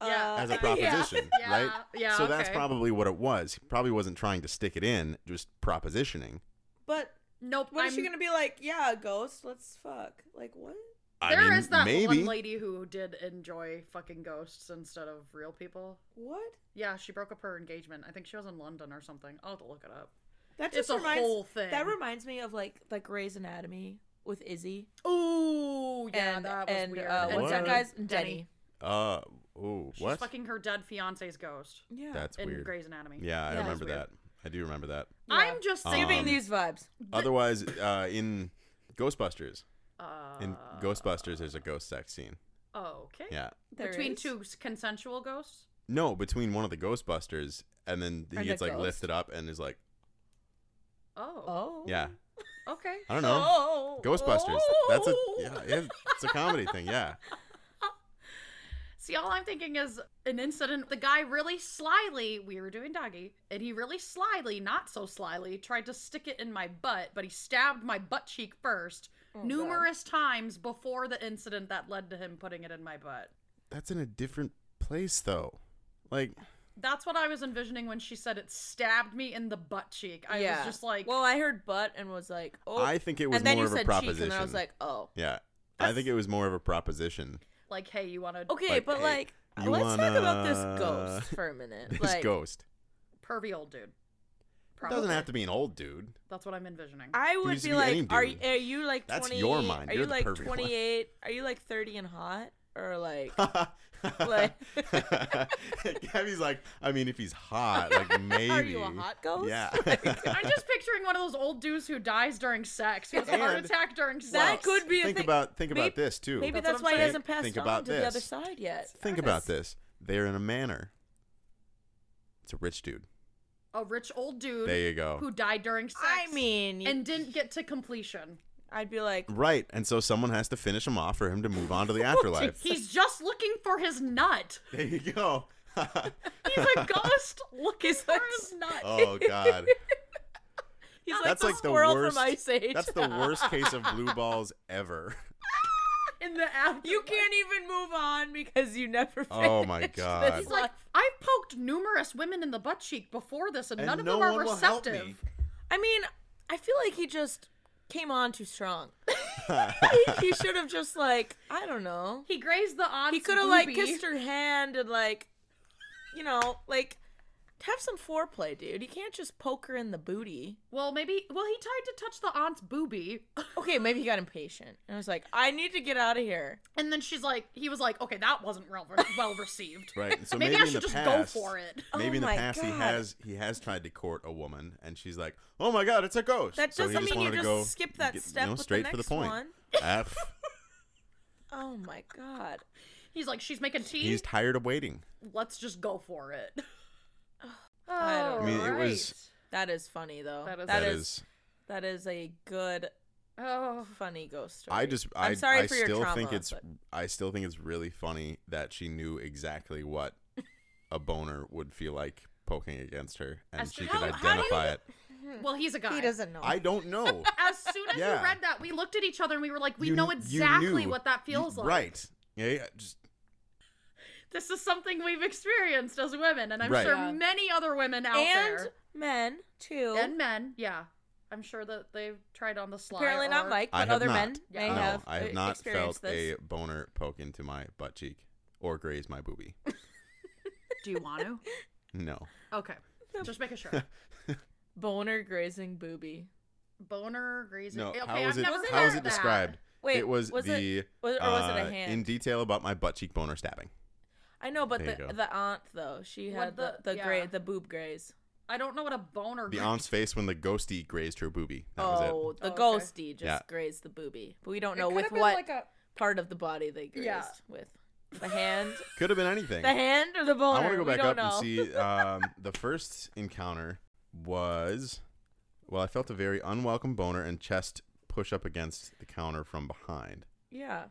Speaker 3: Uh,
Speaker 4: Yeah.
Speaker 2: as a
Speaker 4: Uh,
Speaker 3: [LAUGHS]
Speaker 4: Yeah. [LAUGHS]
Speaker 2: proposition,
Speaker 4: Yeah,
Speaker 2: right?
Speaker 4: yeah,
Speaker 2: So that's
Speaker 4: okay.
Speaker 2: probably what it was. He probably wasn't trying to stick it in, just propositioning.
Speaker 5: But
Speaker 4: Nope.
Speaker 5: what is
Speaker 4: I'm,
Speaker 5: she gonna be like? Yeah, a ghost. Let's fuck. Like what?
Speaker 2: I
Speaker 4: There is
Speaker 2: mean,
Speaker 4: that
Speaker 2: maybe.
Speaker 4: one lady who did enjoy fucking ghosts instead of real people.
Speaker 5: What?
Speaker 4: Yeah, she broke up her engagement. I think she was in London or something. I'll have to look it up.
Speaker 5: That
Speaker 4: It's
Speaker 5: just
Speaker 4: a
Speaker 5: reminds,
Speaker 4: whole thing.
Speaker 5: That reminds me of like like Grey's Anatomy with Izzy
Speaker 4: Ooh, yeah,
Speaker 3: and
Speaker 4: that was
Speaker 3: and
Speaker 4: weird.
Speaker 3: uh,
Speaker 2: And
Speaker 3: what's that
Speaker 2: Denny.
Speaker 3: guy's
Speaker 4: Denny.
Speaker 3: Denny?
Speaker 2: Uh, ooh,
Speaker 4: She's
Speaker 2: what?
Speaker 4: fucking her dead fiance's ghost
Speaker 5: Yeah.
Speaker 2: That's
Speaker 4: in
Speaker 2: weird.
Speaker 4: Grey's Anatomy.
Speaker 2: Yeah, I
Speaker 3: Yeah,
Speaker 2: remember
Speaker 4: it's weird.
Speaker 2: that. I do remember that.
Speaker 4: I'm just
Speaker 2: Um,
Speaker 4: saying.
Speaker 3: Giving these vibes.
Speaker 2: Otherwise, uh, in Ghostbusters,
Speaker 4: Uh,
Speaker 2: Um, in Ghostbusters, there's a ghost sex scene.
Speaker 4: okay.
Speaker 2: Yeah.
Speaker 3: There
Speaker 4: Between
Speaker 3: is.
Speaker 4: two s- consensual ghosts.
Speaker 2: No, between one of the Ghostbusters and then he
Speaker 3: And the
Speaker 2: gets like
Speaker 3: ghost.
Speaker 2: lifted up and is like,
Speaker 4: Oh.
Speaker 3: Oh.
Speaker 2: yeah,
Speaker 4: Okay.
Speaker 2: I don't know,
Speaker 3: Oh.
Speaker 2: Ghostbusters. That's a
Speaker 3: Oh.
Speaker 2: yeah, yeah, it's a comedy thing. Yeah.
Speaker 4: See, all I'm thinking is an incident. The guy really slyly, we were doing doggy, and he really slyly, not so slyly, tried to stick it in my butt, but he stabbed my butt cheek first
Speaker 2: Oh,
Speaker 4: numerous times before the incident that led to him putting it in my butt.
Speaker 2: That's in a different place though. Like,
Speaker 4: That's what I was envisioning when she said it stabbed me in the butt cheek. I was just like,
Speaker 3: well, I heard butt and was like, oh.
Speaker 2: I think it was
Speaker 3: and then
Speaker 2: more
Speaker 3: you
Speaker 2: of a
Speaker 3: said cheek, and then I was
Speaker 2: proposition.
Speaker 3: like, oh.
Speaker 2: yeah, I think it was more of a proposition.
Speaker 4: like, hey, you want to?
Speaker 3: Okay,
Speaker 2: Like,
Speaker 3: but
Speaker 2: hey,
Speaker 3: like,
Speaker 2: you
Speaker 3: let's talk about
Speaker 2: wanna-
Speaker 3: this ghost for a
Speaker 2: [LAUGHS]
Speaker 3: minute.
Speaker 2: This
Speaker 3: like,
Speaker 2: ghost.
Speaker 4: pervy old dude.
Speaker 2: It doesn't have to be an old dude.
Speaker 4: That's what I'm envisioning.
Speaker 3: I
Speaker 2: Dude
Speaker 3: would
Speaker 2: used to
Speaker 3: be,
Speaker 2: be any
Speaker 3: like, are you,
Speaker 2: dude.
Speaker 3: are you like
Speaker 2: That's
Speaker 3: 20,
Speaker 2: your mind.
Speaker 3: Are
Speaker 2: You're
Speaker 3: you
Speaker 2: the
Speaker 3: like
Speaker 2: pervert one.
Speaker 3: 28? Are you like 30 and hot? Or like,
Speaker 2: [LAUGHS]
Speaker 3: [LAUGHS] Like-
Speaker 2: Gabby's like, I mean, if he's hot, like maybe.
Speaker 3: [LAUGHS] are you a hot ghost? [LAUGHS]
Speaker 2: Yeah. [LAUGHS]
Speaker 4: I'm just picturing one of those old dudes who dies during sex. He has a
Speaker 2: [LAUGHS]
Speaker 4: heart
Speaker 2: And-
Speaker 4: attack during
Speaker 3: That
Speaker 4: sex.
Speaker 3: could be a
Speaker 2: think
Speaker 3: thing.
Speaker 2: about think about
Speaker 3: Maybe-
Speaker 2: this too.
Speaker 3: Maybe
Speaker 4: That's
Speaker 3: that's, why
Speaker 4: what I'm
Speaker 3: he
Speaker 4: saying.
Speaker 3: hasn't passed
Speaker 2: Think
Speaker 3: on
Speaker 2: about
Speaker 3: to the other
Speaker 2: this.
Speaker 3: side yet.
Speaker 2: Think about this. They're in a manor. It's a rich dude.
Speaker 4: a rich old dude
Speaker 2: There you go.
Speaker 4: who died during sex.
Speaker 3: I mean,
Speaker 4: and didn't get to completion.
Speaker 3: I'd be like,
Speaker 2: Right, and so someone has to finish him off for him to move on to the afterlife.
Speaker 4: He's just looking for his nut.
Speaker 2: there you go.
Speaker 4: [LAUGHS]
Speaker 2: [LAUGHS]
Speaker 4: He's [LAUGHS] a ghost
Speaker 3: [LAUGHS] [LAUGHS]
Speaker 4: looking
Speaker 3: He's
Speaker 4: for
Speaker 3: like-
Speaker 4: his nut.
Speaker 2: oh God,
Speaker 3: he's like
Speaker 2: That's
Speaker 3: the
Speaker 2: like the
Speaker 3: squirrel
Speaker 2: worst-
Speaker 3: from Ice Age. [LAUGHS]
Speaker 2: that's the worst case of blue balls ever.
Speaker 4: in the afterlife.
Speaker 3: you can't even move on because you never.
Speaker 2: Oh, my
Speaker 3: finished
Speaker 2: God.
Speaker 3: this
Speaker 4: He's like,
Speaker 3: life.
Speaker 4: I've poked numerous women in the butt cheek before this, and,
Speaker 2: And
Speaker 4: none of
Speaker 2: no
Speaker 4: them are
Speaker 2: one will help
Speaker 4: receptive.
Speaker 2: me.
Speaker 3: I mean, I feel like he just came on
Speaker 2: [LAUGHS]
Speaker 3: too strong. [LAUGHS] he should have just like, I don't know.
Speaker 4: He grazed the aunt's
Speaker 3: He could have like
Speaker 4: boobie.
Speaker 3: kissed her hand and like, you know, like have some foreplay, dude. You can't just poke her in the booty.
Speaker 4: Well, maybe. Well, he tried to touch the aunt's boobie,
Speaker 3: Okay, maybe he got impatient and was like, I need to get out of here.
Speaker 4: and then she's like, he was like, okay, that wasn't well, well received.
Speaker 2: Right, and so
Speaker 4: maybe,
Speaker 2: maybe, in
Speaker 4: I
Speaker 2: the
Speaker 4: should just
Speaker 2: past,
Speaker 4: go for it.
Speaker 2: Maybe in the
Speaker 3: Oh my
Speaker 2: past he
Speaker 3: God.
Speaker 2: has he has tried to court a woman, and she's like, "Oh my God, it's a ghost."
Speaker 3: That
Speaker 2: so he
Speaker 3: doesn't mean you
Speaker 2: wanted to
Speaker 3: just
Speaker 2: go,
Speaker 3: skip that
Speaker 2: get,
Speaker 3: step
Speaker 2: You know,
Speaker 3: with the
Speaker 2: straight for the
Speaker 3: next
Speaker 2: point.
Speaker 3: one. [LAUGHS]
Speaker 2: F.
Speaker 3: Oh my god.
Speaker 4: He's like, she's making tea.
Speaker 2: He's tired of waiting.
Speaker 4: Let's just go for it. [LAUGHS]
Speaker 3: I don't know. I
Speaker 2: mean, it was-
Speaker 3: That is funny though.
Speaker 4: That is-
Speaker 2: that is,
Speaker 3: that is a good
Speaker 4: Alright. Oh,
Speaker 3: funny ghost story.
Speaker 2: I just I,
Speaker 3: I'm sorry
Speaker 2: I
Speaker 3: for
Speaker 2: still
Speaker 3: your trauma,
Speaker 2: think it's
Speaker 3: but-
Speaker 2: I still think it's really funny that she knew exactly what a boner would feel like poking against her and
Speaker 4: As
Speaker 2: she
Speaker 4: to-
Speaker 2: could
Speaker 4: how- how do you-
Speaker 2: identify it.
Speaker 4: well, he's a guy.
Speaker 3: he doesn't know.
Speaker 2: I don't
Speaker 3: [LAUGHS]
Speaker 2: know.
Speaker 4: As soon as
Speaker 2: Yeah.
Speaker 4: we read that, we looked at each other and we were like, we
Speaker 2: You-
Speaker 4: know
Speaker 2: you
Speaker 4: exactly
Speaker 2: knew.
Speaker 4: what that
Speaker 2: You-
Speaker 4: feels like.
Speaker 2: Right. Yeah, yeah, just
Speaker 4: This is something we've experienced as women, and I'm
Speaker 2: Right.
Speaker 4: sure
Speaker 3: Yeah.
Speaker 4: many other women out
Speaker 3: and
Speaker 4: there
Speaker 3: men too.
Speaker 4: and men. Yeah, I'm sure that they've tried on the sly.
Speaker 3: Apparently not
Speaker 4: or-
Speaker 3: Mike,
Speaker 2: I
Speaker 3: but
Speaker 2: have
Speaker 3: other
Speaker 2: not.
Speaker 3: men
Speaker 4: Yeah.
Speaker 3: may
Speaker 2: no,
Speaker 3: have.
Speaker 2: I
Speaker 3: uh,
Speaker 2: have not felt
Speaker 3: experienced this.
Speaker 2: a boner poke into my butt cheek or graze my boobie.
Speaker 4: Do you
Speaker 3: [LAUGHS]
Speaker 4: want to?
Speaker 2: No.
Speaker 4: Okay, just
Speaker 2: [LAUGHS]
Speaker 4: making sure.
Speaker 3: boner grazing booby.
Speaker 4: Boner grazing.
Speaker 2: No.
Speaker 4: Okay,
Speaker 2: how
Speaker 4: I've
Speaker 2: was it
Speaker 4: never
Speaker 2: how was
Speaker 4: heard
Speaker 2: it
Speaker 4: that.
Speaker 2: described?
Speaker 3: Wait,
Speaker 2: it was,
Speaker 3: was
Speaker 2: the
Speaker 3: it, was, or was it
Speaker 2: uh,
Speaker 3: a hand?
Speaker 2: in detail about my butt cheek boner
Speaker 3: [LAUGHS]
Speaker 2: stabbing.
Speaker 3: I know, but
Speaker 2: There you go.
Speaker 3: the, the aunt though, she
Speaker 4: What
Speaker 3: had the
Speaker 4: the-
Speaker 3: the,
Speaker 4: yeah.
Speaker 3: gra- the boob graze.
Speaker 4: I don't know what a boner.
Speaker 2: The
Speaker 4: gra-
Speaker 2: aunt's face when the ghosty grazed her boobie. That was it.
Speaker 3: oh, the
Speaker 4: Oh, okay.
Speaker 3: ghosty just
Speaker 2: Yeah.
Speaker 3: grazed the booby, but we
Speaker 4: It
Speaker 3: don't know
Speaker 4: could
Speaker 3: with
Speaker 4: have been
Speaker 3: what
Speaker 4: Like a,
Speaker 3: part of the body they grazed
Speaker 4: Yeah.
Speaker 3: with. The hand,
Speaker 2: Could have been anything.
Speaker 3: the hand, or the boner.
Speaker 2: I want to go
Speaker 3: we
Speaker 2: back up
Speaker 3: don't know.
Speaker 2: and
Speaker 3: [LAUGHS]
Speaker 2: see. Um, the first encounter was, well, I felt a very unwelcome boner and chest push up against the counter from behind.
Speaker 3: Yeah,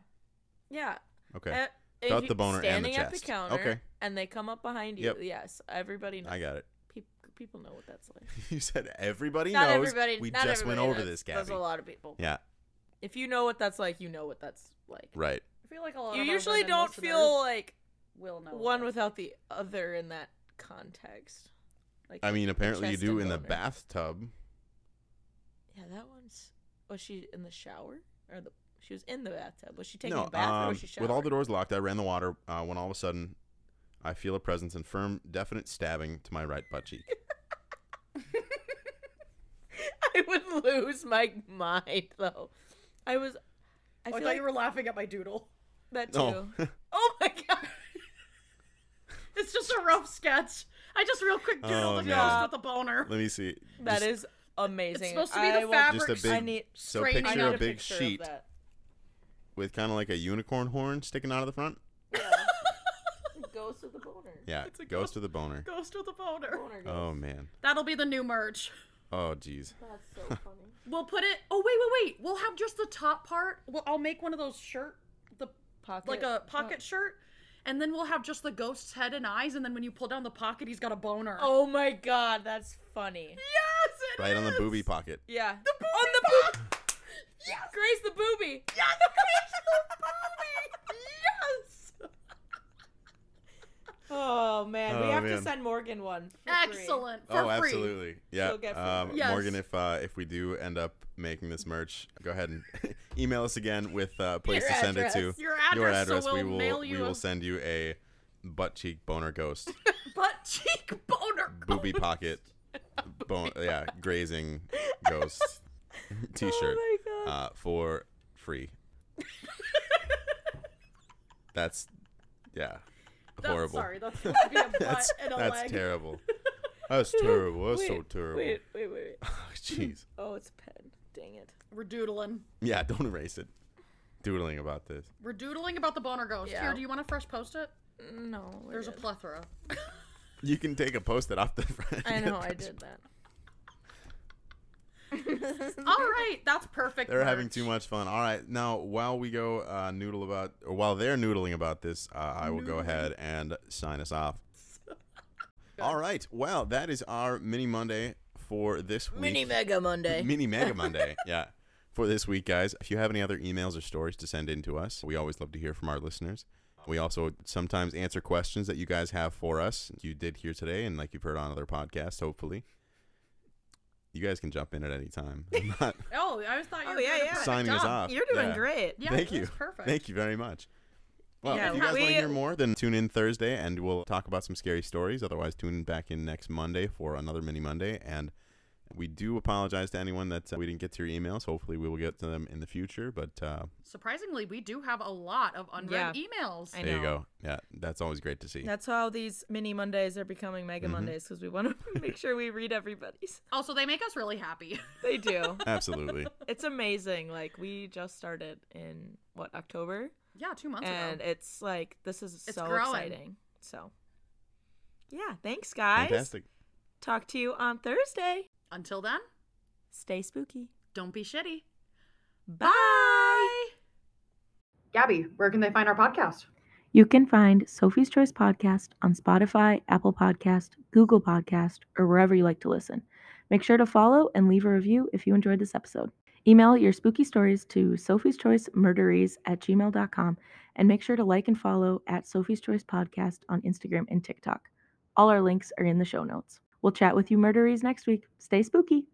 Speaker 3: yeah.
Speaker 2: Okay,
Speaker 3: Uh, if
Speaker 2: Felt
Speaker 3: you-
Speaker 2: the boner and the
Speaker 3: standing at
Speaker 2: chest.
Speaker 3: the counter,
Speaker 2: Okay.
Speaker 3: and they come up behind you.
Speaker 2: Yep.
Speaker 3: Yes, everybody knows.
Speaker 2: I got it. [LAUGHS]
Speaker 3: Peop- people know what that's like.
Speaker 2: You said everybody
Speaker 3: not
Speaker 2: knows.
Speaker 3: everybody.
Speaker 2: we
Speaker 3: not
Speaker 2: just went
Speaker 3: everybody
Speaker 2: over
Speaker 3: knows.
Speaker 2: this,
Speaker 3: There's
Speaker 2: Gabby.
Speaker 3: a lot of people.
Speaker 2: Yeah,
Speaker 3: If you know what that's like, you know what that's like.
Speaker 2: right.
Speaker 4: I feel like a lot
Speaker 3: You
Speaker 4: of our
Speaker 3: usually
Speaker 4: women
Speaker 3: don't
Speaker 4: listeners
Speaker 3: feel like
Speaker 4: will know
Speaker 3: one
Speaker 4: this.
Speaker 3: without the other in that context. Like
Speaker 2: I mean, apparently you
Speaker 3: chest
Speaker 2: do
Speaker 3: and
Speaker 2: in the
Speaker 3: boner.
Speaker 2: bathtub.
Speaker 3: Yeah, that one's. Was she in the shower or the? She was in the bathtub. Was she taking
Speaker 2: no,
Speaker 3: a bath or
Speaker 2: um,
Speaker 3: was she showering?
Speaker 2: with all the doors locked, I ran the water uh, when all of a sudden I feel a presence and firm, definite stabbing to my right butt
Speaker 3: [LAUGHS]
Speaker 2: cheek.
Speaker 3: [LAUGHS] I would lose my mind though. I was. I
Speaker 4: Oh, I
Speaker 3: feel
Speaker 4: thought
Speaker 3: like
Speaker 4: you were laughing at my doodle.
Speaker 3: that too.
Speaker 2: No.
Speaker 3: Oh my god!
Speaker 4: It's just a rough sketch. I just real quick doodled
Speaker 2: Oh,
Speaker 4: a ghost
Speaker 2: man.
Speaker 4: with a boner.
Speaker 2: [LAUGHS] Let me see.
Speaker 3: That
Speaker 2: Just-
Speaker 3: is amazing.
Speaker 4: It's supposed to be
Speaker 3: I
Speaker 4: the
Speaker 3: will-
Speaker 4: fabric.
Speaker 2: just a big
Speaker 3: I need-
Speaker 2: so
Speaker 4: straining
Speaker 3: I
Speaker 4: Picture
Speaker 2: picture
Speaker 3: need
Speaker 4: out
Speaker 2: a
Speaker 3: a
Speaker 2: big
Speaker 3: picture of
Speaker 2: sheet
Speaker 3: [LAUGHS] that.
Speaker 2: with kind of like a unicorn horn sticking out of the front.
Speaker 3: Ghost of the boner.
Speaker 2: Yeah,
Speaker 4: It's a
Speaker 2: ghost with a boner.
Speaker 4: Ghost with a boner.
Speaker 3: Boner ghost.
Speaker 2: Oh man.
Speaker 4: That'll be the new merch.
Speaker 2: Oh jeez.
Speaker 3: That's
Speaker 2: [LAUGHS]
Speaker 3: so funny.
Speaker 4: We'll put it. Oh wait, wait, wait. We'll have just the top part. Well, I'll make one of those shirt, the
Speaker 3: Pocket.
Speaker 4: like a pocket shirt, and then we'll have just the ghost's head and eyes. And then when you pull down the pocket, he's got a boner.
Speaker 3: Oh my god, that's funny.
Speaker 4: yes, it
Speaker 2: Right on the
Speaker 4: is!
Speaker 2: booby pocket.
Speaker 3: [LAUGHS] Yeah. The booby On the boob. Yes. Graze the booby. [LAUGHS]
Speaker 4: Yes, it's the booby.
Speaker 3: Oh man, we
Speaker 2: Oh,
Speaker 3: have to
Speaker 2: man.
Speaker 3: send Morgan one. for
Speaker 4: Yes,
Speaker 3: free.
Speaker 4: excellent. For
Speaker 2: oh,
Speaker 4: free.
Speaker 2: absolutely. Yeah.
Speaker 3: She'll get free
Speaker 2: Um,
Speaker 3: merch.
Speaker 4: Yes.
Speaker 2: Morgan, if uh, if we do end up making this merch, go ahead and [LAUGHS] email us again with uh, place
Speaker 3: Your
Speaker 2: to send it
Speaker 3: address.
Speaker 2: to.
Speaker 4: Your address, so
Speaker 2: we
Speaker 4: we'll
Speaker 2: will
Speaker 4: mail
Speaker 2: we
Speaker 4: you a-
Speaker 2: will send you a butt cheek boner ghost.
Speaker 4: [LAUGHS] Butt cheek boner.
Speaker 2: booby pocket, bone, yeah, grazing ghost T-shirt
Speaker 3: Oh my god.
Speaker 2: uh, for free. That's yeah, horrible.
Speaker 5: Sorry, that's supposed to be a butt
Speaker 2: [LAUGHS] That's
Speaker 5: and a
Speaker 2: that's
Speaker 5: leg.
Speaker 2: terrible. That's terrible. That's so terrible.
Speaker 3: Wait, wait, wait, wait.
Speaker 2: [LAUGHS] Jeez.
Speaker 3: Oh, it's a pen. Dang it.
Speaker 4: We're doodling.
Speaker 2: Yeah, don't erase it. Doodling about this.
Speaker 4: We're doodling about the boner ghost.
Speaker 3: Yeah.
Speaker 4: Here, do you want to fresh post it?
Speaker 3: No. we're
Speaker 4: There's a
Speaker 3: good.
Speaker 4: plethora.
Speaker 3: [LAUGHS]
Speaker 2: You can take a post-it off the front. [LAUGHS]
Speaker 3: I know, I did that.
Speaker 4: All right, that's perfect.
Speaker 2: They're having
Speaker 4: merch.
Speaker 2: too much fun. All right, now while we go uh, noodle about, or while they're noodling about this, uh, I will go ahead and sign
Speaker 5: [LAUGHS]
Speaker 2: us off. All right, well, that is our mini Monday for this week.
Speaker 5: Mini Mega Monday.
Speaker 2: Mini
Speaker 5: [LAUGHS]
Speaker 2: Mega Monday, yeah. For this week, guys, if you have any other emails or stories to send in to us, we always love to hear from our listeners. We also sometimes answer questions that you guys have for us. You did here today, and like you've heard on other podcasts, hopefully. You guys can jump in at any time. I'm not
Speaker 4: Oh, I was thought you
Speaker 3: Oh,
Speaker 4: were
Speaker 3: yeah,
Speaker 4: gonna
Speaker 3: yeah.
Speaker 4: put-
Speaker 2: signing
Speaker 4: good
Speaker 2: us
Speaker 4: job.
Speaker 2: off.
Speaker 3: You're doing
Speaker 2: Yeah.
Speaker 3: great.
Speaker 4: Yeah,
Speaker 2: Thank
Speaker 4: that's
Speaker 2: you.
Speaker 4: Perfect.
Speaker 2: Thank you very much. Well,
Speaker 3: Yeah,
Speaker 2: if you guys want to
Speaker 3: we-
Speaker 2: hear more, then tune in Thursday and we'll talk about some scary stories. Otherwise, tune in back in next Monday for another mini Monday. And we do apologize to anyone that uh, we didn't get to your emails. Hopefully, we will get to them in the future. But uh,
Speaker 4: Surprisingly, we do have a lot of unread emails.
Speaker 3: I
Speaker 2: there you
Speaker 3: know.
Speaker 2: go. Yeah, that's always great to see.
Speaker 3: That's how these mini Mondays are becoming
Speaker 2: Mm-hmm.
Speaker 3: Mega Mondays because we want to [LAUGHS] make sure we read everybody's.
Speaker 4: Also, they make us
Speaker 3: [LAUGHS]
Speaker 4: really happy.
Speaker 2: [LAUGHS]
Speaker 3: They do.
Speaker 2: Absolutely.
Speaker 3: it's amazing. Like we just started in what October,
Speaker 4: yeah, two months
Speaker 3: and
Speaker 4: ago.
Speaker 3: it's like this is
Speaker 4: It's
Speaker 3: so
Speaker 4: growing.
Speaker 3: exciting. So, yeah. Thanks, [LAUGHS] guys.
Speaker 2: Fantastic.
Speaker 3: Talk to you on Thursday.
Speaker 4: Until then,
Speaker 3: Stay spooky.
Speaker 4: don't be shitty.
Speaker 3: Bye.
Speaker 4: Gabby, where can they find our podcast?
Speaker 6: You can find Sophie's Choice Podcast on Spotify, Apple Podcast, Google Podcast, or wherever you like to listen. Make sure to follow and leave a review if you enjoyed this episode. Email your spooky stories to Sophie's Choice Murderies at gmail.com and make sure to like and follow at Sophie's Choice Podcast on Instagram and TikTok. All our links are in the show notes. We'll chat with you murderies next week. Stay spooky.